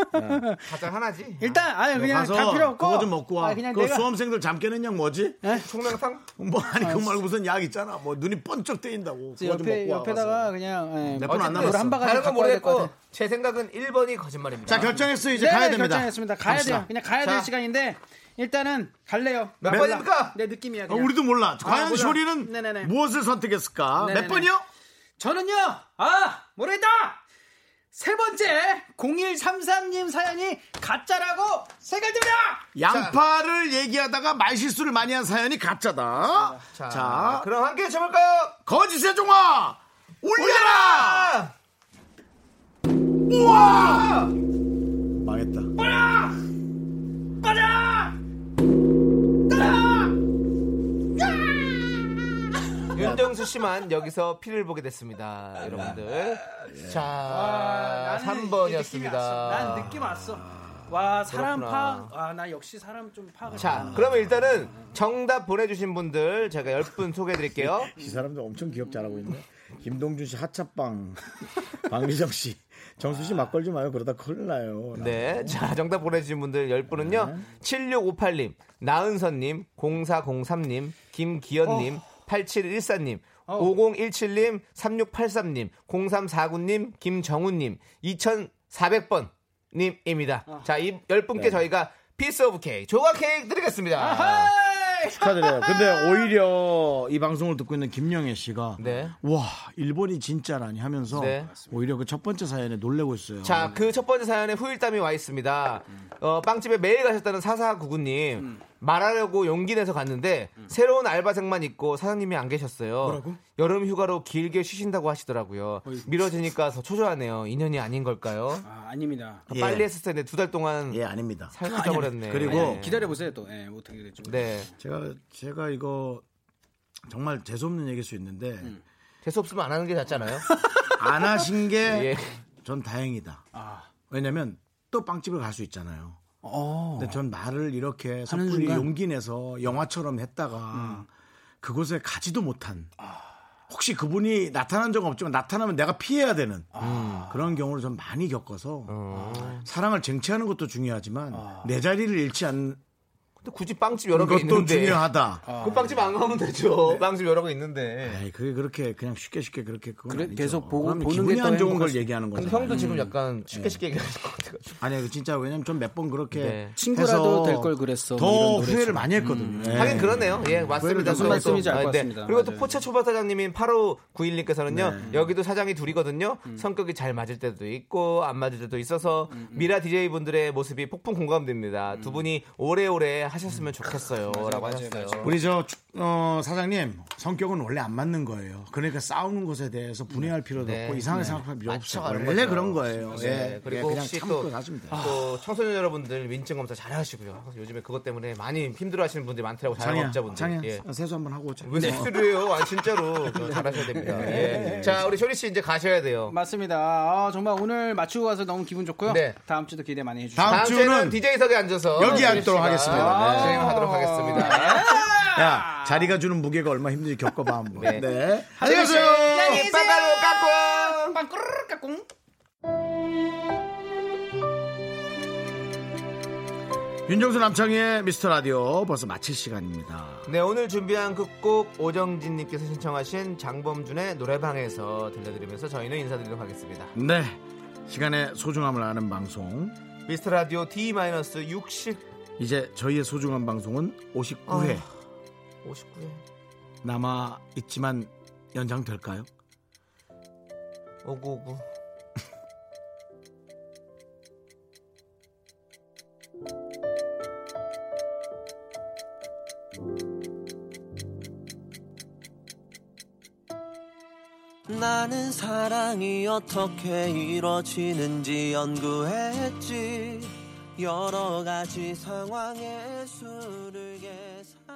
가장 하나지. 네. 일단 아니 그냥 네, 가서 다 필요 없고 그거 좀 먹고 와. 아, 그냥 그거 내가 예? 수험생들 잠 깨는 약 뭐지? 총명상 뭐 아니 그거 말고 무슨 약 있잖아. 뭐 눈이 번쩍 뜨인다고. 그거 좀 옆에 먹고 와. 옆에다가 그냥 예, 몇분안 남았어. 한 바가지 다른 건 갖고 와야 될것 모르겠고 같아요. 제 생각은 1번이 거짓말입니다. 자 결정했어요. 이제 네, 가야 됩니다. 결정했습니다. 가야 갑시다. 돼요. 그냥 가야 될 자. 시간인데 일단은 갈래요. 몇 몰라. 번입니까? 내 느낌이야. 어, 그냥. 우리도 몰라. 과연 아, 몰라. 쇼리는 네네네. 무엇을 선택했을까? 몇 네네네. 번이요? 저는요, 아, 모르겠다! 세 번째, 0133님 사연이 가짜라고 생각됩니다! 양파를 얘기하다가 말실수를 많이 한 사연이 가짜다. 자, 자, 그럼 함께 쳐볼까요? 거짓의 종아 올려라! 아! 망했다. 윤정수 씨만 여기서 피를 보게 됐습니다, 여러분들. 아, 예. 자, 삼 3번이었습니다. 난 느낌 왔어. 와, 사람 그렇구나. 파악. 아, 나 역시 사람 좀 파악을. 자, 그러면 일단은 정답 보내주신 분들 제가 10분 소개해드릴게요. 이 사람들 엄청 기억 잘하고 있네. 김동준 씨 하차빵, 박미정 씨, 정수 씨 막걸리 좀 마요. 그러다 큰일 나요. 네. 자, 정답 보내주신 분들 10분은요. 7658님, 나은선님, 0403님, 김기현님, 8714님, 5017님, 3683님, 0349님, 김정우님, 2400번님입니다. 자, 이 10분께 저희가 피스 오브 케이크, 조각 케이크 드리겠습니다. 그 축하드려요. 근데 오히려 이 방송을 듣고 있는 김영애 씨가 네. 와 일본이 진짜라니 하면서 네. 오히려 그 첫 번째 사연에 놀래고 있어요. 자, 그 첫 번째 사연에 후일담이 와 있습니다. 어, 빵집에 매일 가셨다는 사사구구님. 말하려고 용기 내서 갔는데 새로운 알바생만 있고 사장님이 안 계셨어요. 여름 휴가로 길게 쉬신다고 하시더라고요. 미뤄지니까 더 초조하네요. 인연이 아닌 걸까요? 아, 아닙니다. 예. 빨리 했을 텐데 두 달 동안 예 아닙니다. 살고 잊어버렸네. 그리고 네. 기다려보세요, 또. 예, 어떻게 될지. 네. 제가 제가 이거 정말 재수 없는 얘기일 수 있는데 재수 없으면 안 하는 게 낫잖아요. 안 하신 게 예. 전 다행이다. 아. 왜냐면 또 빵집을 갈 수 있잖아요. 근데 전 말을 이렇게 섣불리 어. 순간? 음. 용기 내서 영화처럼 했다가 그곳에 가지도 못한 아. 혹시 그분이 나타난 적은 없지만 나타나면 내가 피해야 되는 아. 그런 경우를 전 많이 겪어서 사랑을 쟁취하는 것도 중요하지만 아. 내 자리를 잃지 않는 근데 굳이 빵집 여러 개 것도 네. 있는데. 중요하다. 아. 그 빵집 안 가면 되죠. 빵집 여러 개 있는데. 에이, 그게 그렇게 그냥 쉽게 쉽게 그렇게 그건 그래, 아니죠. 계속 보고 그럼 보는 기분이 게 안 좋은 더걸 행복할 수- 얘기하는 거죠. 근데 형도 음. 지금 약간 쉽게 쉽게 얘기하실 것 같아요. 아니야, 그 진짜 왜냐면 전 몇 번 그렇게 네. 친구라도 될걸 그랬어, 음. 더 뭐 이런 노래 후회를 많이 했거든요. 예. 하긴 그러네요. 예, 맞습니다. 무슨 그것도. 말씀인지 알것 아, 네. 같습니다. 그리고 또 맞아요. 포차 초밥 사장님인 8591님께서는요. 여기도 사장이 둘이거든요. 성격이 잘 맞을 때도 있고 안 맞을 때도 있어서 미라 DJ 분들의 모습이 폭풍 공감됩니다. 두 분이 오래오래 하셨으면 좋겠어요라고 하셨어요. 우리 저 어, 사장님 성격은 원래 안 맞는 거예요. 그러니까 싸우는 것에 대해서 분해할 필요도 네. 없고 이상하게 생각할 필요 없어요. 맞춰가는 원래 거죠. 그런 거예요. 네, 예. 그리고 그냥 혹시 참고 또, 사시면 돼요. 또 청소년 여러분들 민증 검사 잘 하시고요. 요즘에 그것 때문에 많이 힘들어하시는 분들이 많더라고 요 장이야, 자영업자분들. 장이야, 그 예. 세수 한번 하고 오자. 어. 왜 수술이에요? 아 진짜로 그거 잘하셔야 됩니다. 예. 자 우리 쇼리 씨 이제 가셔야 돼요. 맞습니다. 아, 정말 오늘 맞추고 와서 너무 기분 좋고요. 네. 다음 주도 기대 많이 해주시고. 다음 다음 주에는 주는 DJ석에 앉아서 여기 쇼리 앉도록 씨가 하겠습니다. 네. 진행하도록 아! 하겠습니다. 야 자리가 주는 무게가 얼마 힘든지 겪어봐 한번. 네. 네. 안녕히 가세요. 빵가루 깎고 빵꾸르르 까꿍. 윤정수 남창의 미스터 라디오 벌써 마칠 시간입니다. 네 오늘 준비한 끝곡 오정진님께서 신청하신 장범준의 노래방에서 들려드리면서 저희는 인사드리도록 하겠습니다. 네. 시간의 소중함을 아는 방송. 미스터 라디오 D-60 이제 저희의 소중한 방송은 59회 59회 남아 있지만 연장될까요? 오구 오구. 나는 사랑이 어떻게 이루어지는지 연구했지 여러 가지 상황의 수를 계산